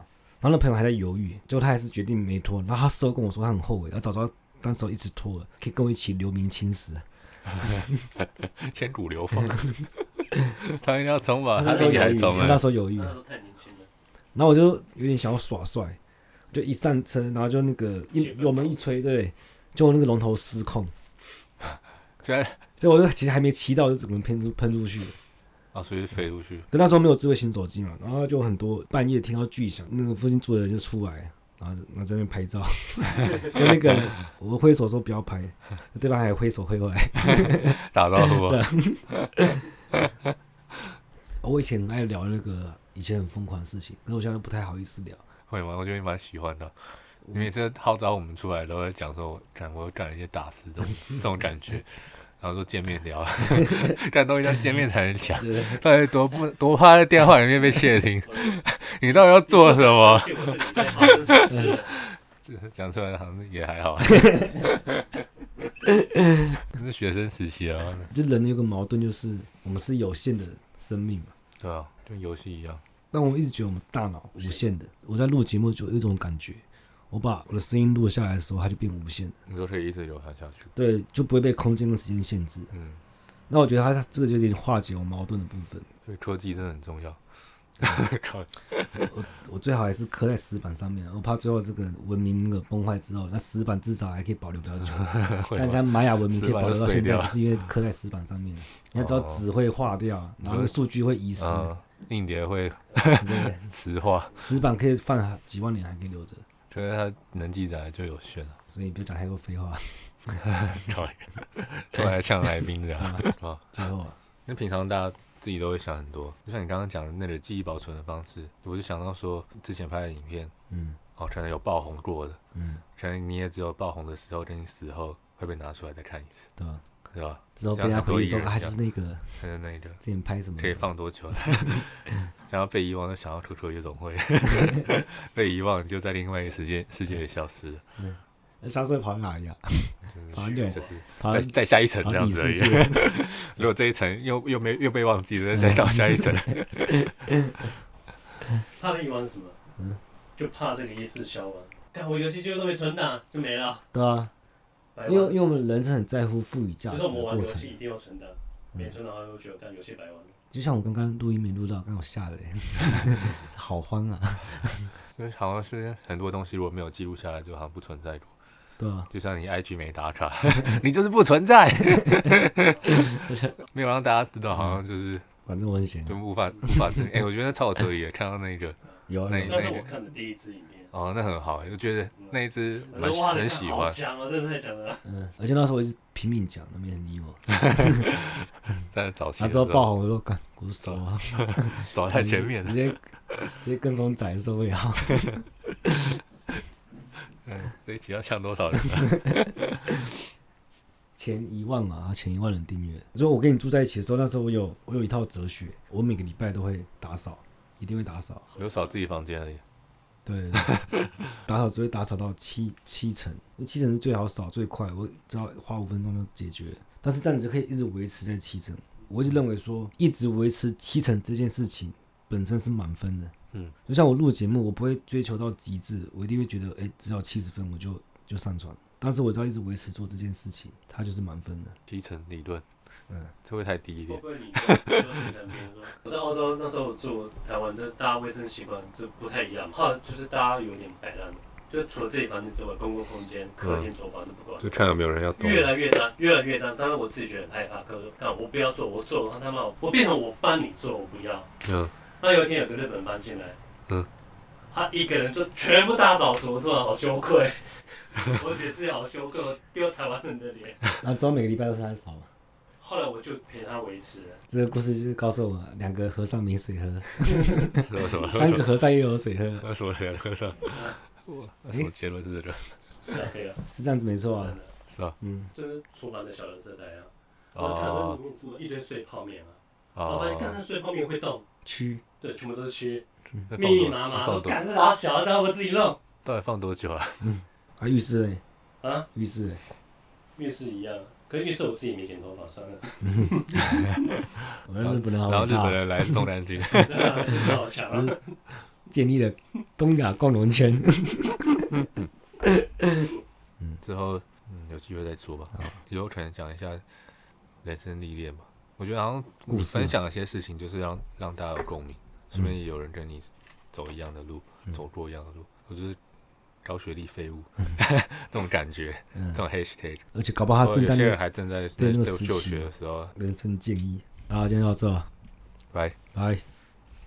Speaker 2: 然后那朋友还在犹豫，最后他还是决定没脱，然后他事后跟我说他很后悔，他早知道当时候一直脱了，可以跟我一起留名青史。啊
Speaker 1: 千古流芳。他应该要冲吧，哦他
Speaker 2: 那时候
Speaker 1: 自己
Speaker 2: 犹
Speaker 1: 还
Speaker 2: 豫，
Speaker 1: 冲
Speaker 2: 他那
Speaker 1: 啊。
Speaker 2: 时候犹豫，
Speaker 3: 那时
Speaker 2: 然
Speaker 3: 候太年轻了，
Speaker 2: 后我就有点想要耍帅，就一上车，然后就那个一
Speaker 3: 气氛
Speaker 2: 油门一吹，对，就那个龙头失控，
Speaker 1: 虽然
Speaker 2: 所以我就其实还没骑到，就整个人喷出喷出去了。
Speaker 1: 啊，所以飞出去，
Speaker 2: 可那时候没有智慧型手机嘛，然后就很多半夜听到巨响，那个附近住的人就出来，然后然后在那边拍照， 跟那个我挥手说不要拍，对方还挥手挥过来。
Speaker 1: 打招呼啊。
Speaker 2: 我以前很爱聊那个以前很疯狂的事情，可是我现在不太好意思聊。
Speaker 1: 会吗？我觉得你蛮喜欢的。你每次号召我们出来，都会讲说我干我干了一些大事，这种这种感觉，然后说见面聊， 干东西要见面才能讲，
Speaker 2: 对，
Speaker 1: 到底多不多怕在电话里面被窃听？ 你到底要做什
Speaker 3: 我
Speaker 1: 么？
Speaker 3: 信我自己在发生什么事了。
Speaker 1: 这讲出来好像也还好， 是学生时期啊，
Speaker 2: 这人有个矛盾就是我们是有限的生命嘛，
Speaker 1: 对啊，就游戏一样，
Speaker 2: 但我一直觉得我们大脑无限的。我在录节目就有一种感觉，我把我的声音录下来的时候，它就变无限了，
Speaker 1: 你都可以一直流传下去。
Speaker 2: 对，就不会被空间跟时间限制。
Speaker 1: 嗯，
Speaker 2: 那我觉得它这个就有点化解我矛盾的部 分。
Speaker 1: 所以科技真的很重要。嗯靠
Speaker 2: 我最好还是刻在石板上面，我怕最后这个文明那个崩坏之后，那石板至少还可以保留比 较久。
Speaker 1: 会
Speaker 2: 像
Speaker 1: 吗
Speaker 2: 像玛雅文明可以
Speaker 1: 石板
Speaker 2: 保
Speaker 1: 就
Speaker 2: 留到现
Speaker 1: 碎
Speaker 2: 在，
Speaker 1: 掉
Speaker 2: 就是因为刻在石板哦上面。你看，只要
Speaker 1: 哦
Speaker 2: 纸会化掉，然后那个数据会遗失，
Speaker 1: 嗯，硬碟会
Speaker 2: 对不对？
Speaker 1: 磁化，
Speaker 2: 石板可以放几万年还可以留着，
Speaker 1: 觉得它能记载就有限了。
Speaker 2: 所以不要讲太多废话。
Speaker 1: 超人，突然呛来宾 这样啊。
Speaker 2: 最后啊，
Speaker 1: 那平常大家自己都会想很多，就像你刚刚讲的那个记忆保存的方式，我就想到说之前拍的影片，
Speaker 2: 嗯
Speaker 1: 哦，可能有爆红过的，
Speaker 2: 嗯，
Speaker 1: 可能你也只有爆红的时候跟你死后会被拿出来再看一次，
Speaker 2: 对吧？
Speaker 1: 是吧？
Speaker 2: 之后被人家回忆说啊，就是那个
Speaker 1: 还有那个
Speaker 2: 之前拍什么
Speaker 1: 可以放多 久？想要被遗忘，就想要出出夜总会；被遗忘，你就在另外一个世界世界里消失了。
Speaker 2: 那哎上次跑哪里啊？
Speaker 1: 真
Speaker 2: 好像
Speaker 1: 的
Speaker 2: 对
Speaker 1: 是就是
Speaker 2: 跑
Speaker 1: 再再下一层
Speaker 2: 跑
Speaker 1: 这
Speaker 2: 到
Speaker 1: 样
Speaker 2: 异
Speaker 1: 子而
Speaker 2: 世
Speaker 1: 已。
Speaker 2: 界。
Speaker 1: 如果这一层又又没又被忘记了，再到下一层。
Speaker 3: 怕被遗忘是什么？
Speaker 1: 嗯
Speaker 3: 就怕这个意识消亡。看我游戏记录都没存档，就没了。
Speaker 2: 对啊，
Speaker 3: 白
Speaker 2: 因为
Speaker 3: 玩
Speaker 2: 因为我们人是很在乎赋予价
Speaker 3: 就
Speaker 2: 值
Speaker 3: 是
Speaker 2: 的
Speaker 3: 我们玩
Speaker 2: 过
Speaker 3: 游
Speaker 2: 程
Speaker 3: 戏。一定要存档，
Speaker 1: 嗯
Speaker 3: 没存档的话我觉得干游戏白玩了。
Speaker 2: 就像我刚刚录音没录到，刚我吓的、欸， 好慌啊，
Speaker 1: 就是好像是很多东西如果没有记录下来，就好像不存在过。
Speaker 2: 对吧、
Speaker 1: 就像你 IG 没打卡， 你就是不存在，没有让大家知道，好像就是
Speaker 2: 反正我很闲啊
Speaker 1: 就，无法无法证。哎、我觉得超有哲理的，看到那个
Speaker 2: 有啊
Speaker 1: 那
Speaker 2: 有啊
Speaker 1: 那
Speaker 3: 那是我看的第一支影片，
Speaker 1: 哦，那很好，就觉得那一只
Speaker 3: 我
Speaker 1: 蛮
Speaker 3: 说哇，
Speaker 1: 很
Speaker 3: 你
Speaker 1: 喜
Speaker 3: 好
Speaker 1: 欢，
Speaker 3: 强哦，真的太强了。
Speaker 2: 嗯，而且那时候我一直拼命讲，那边很 理我。
Speaker 1: 在早期
Speaker 2: 他
Speaker 1: 的
Speaker 2: 之
Speaker 1: 时
Speaker 2: 后
Speaker 1: 候
Speaker 2: 爆红，我说嗯干，我说手 啊，
Speaker 1: 走在前面
Speaker 2: 直，接直接跟风仔受不了。
Speaker 1: 嗯，这一集要呛多少人？
Speaker 2: 前一万嘛，啊前一万人订阅。如果我跟你住在一起的时候，那时候我有我有一套哲学，我每个礼拜都会打扫，一定会打扫。
Speaker 1: 我就扫自己房间而已，
Speaker 2: 对， 打扫只会打扫到七七成，因为七成是最好扫最快，我只要花五分钟就解决。但是这样子就可以一直维持在七成。我一直认为说，一直维持七成这件事情本身是满分的。
Speaker 1: 嗯，
Speaker 2: 就像我录节目，我不会追求到极致，我一定会觉得，哎、只要七十分我就就上传。但是我只要一直维持做这件事情，它就是满分的。
Speaker 1: 基层理论，
Speaker 2: 嗯，
Speaker 1: 这会太低一点
Speaker 3: 会不，会你就变成别人说，我在澳洲那时候住台湾，就大家卫生习惯就不太一样，后来就是大家有点摆烂，就除了自己房间之外，公共空间、客
Speaker 1: 嗯
Speaker 3: 厅、厨房都不管。
Speaker 1: 就看有没有人要动。
Speaker 3: 越来越脏，越来越脏，脏到我自己觉得很害怕。可是干我不要做，我做的话他妈我我变成我帮你做，我不要。
Speaker 1: 嗯，
Speaker 3: 那有一天有个日本人搬进来，
Speaker 1: 嗯，
Speaker 3: 他一个人就全部大扫除，我突然好羞愧， 我觉得自己好羞愧，我丢台湾人的脸。
Speaker 2: 那之后每个礼拜都是他扫嘛。
Speaker 3: 后来我就陪他维持了，
Speaker 2: 这个故事就是告诉我，两个和尚没水喝，
Speaker 1: 喝什么？喝
Speaker 2: 三
Speaker 1: 什
Speaker 2: 个
Speaker 1: 么？
Speaker 2: 和尚又有水喝，
Speaker 1: 喝什么？喝什么？哇，什么结论是这个？
Speaker 3: 是啊，可以了，
Speaker 2: 是这样子没
Speaker 1: 哦
Speaker 2: 错啊
Speaker 3: 真。的，
Speaker 1: 是吧？
Speaker 2: 嗯，
Speaker 3: 就是厨房的小人色带啊，我看到
Speaker 1: 哦
Speaker 3: 里面怎么一堆碎泡面啊，我发现干
Speaker 1: 哦，
Speaker 3: 那碎泡面会动，
Speaker 2: 蛆
Speaker 3: 对，全部都是蛆，
Speaker 1: 那放
Speaker 3: 密密
Speaker 1: 多
Speaker 3: 麻
Speaker 1: 那
Speaker 3: 麻，我
Speaker 1: 放多
Speaker 3: 干这啥小啊，让我自己弄
Speaker 1: 到底放多久啊？
Speaker 2: 啊，浴室嘞，
Speaker 3: 啊，
Speaker 2: 浴室嘞，
Speaker 3: 浴室一样，可是浴室我自己没剪头发，算了，
Speaker 2: 我们日本人好
Speaker 1: 然后日
Speaker 2: 伟大
Speaker 1: 本
Speaker 2: 啊，
Speaker 1: 人来东南京，
Speaker 3: 好强啊，
Speaker 2: 建立了东亚共荣圈。
Speaker 1: 之后，嗯，有机会再说吧。以后可能讲一下人生历练吧。我觉得好像
Speaker 2: 故
Speaker 1: 你
Speaker 2: 事
Speaker 1: 分享一些事情，就是让让大家有共鸣，顺便也有人跟你走一样的路，
Speaker 2: 嗯
Speaker 1: 走过一样的路。我就是高学历废物 这种感觉，
Speaker 2: 嗯
Speaker 1: 这，种 hashtag。
Speaker 2: 而且搞不好他
Speaker 1: 或者哦有
Speaker 2: 正在
Speaker 1: 些人
Speaker 2: 念
Speaker 1: 还正在
Speaker 2: 对那个
Speaker 1: 就
Speaker 2: 时
Speaker 1: 就
Speaker 2: 期
Speaker 1: 学的时候，
Speaker 2: 人生建议。然后今天到这，
Speaker 1: 拜。
Speaker 2: 拜。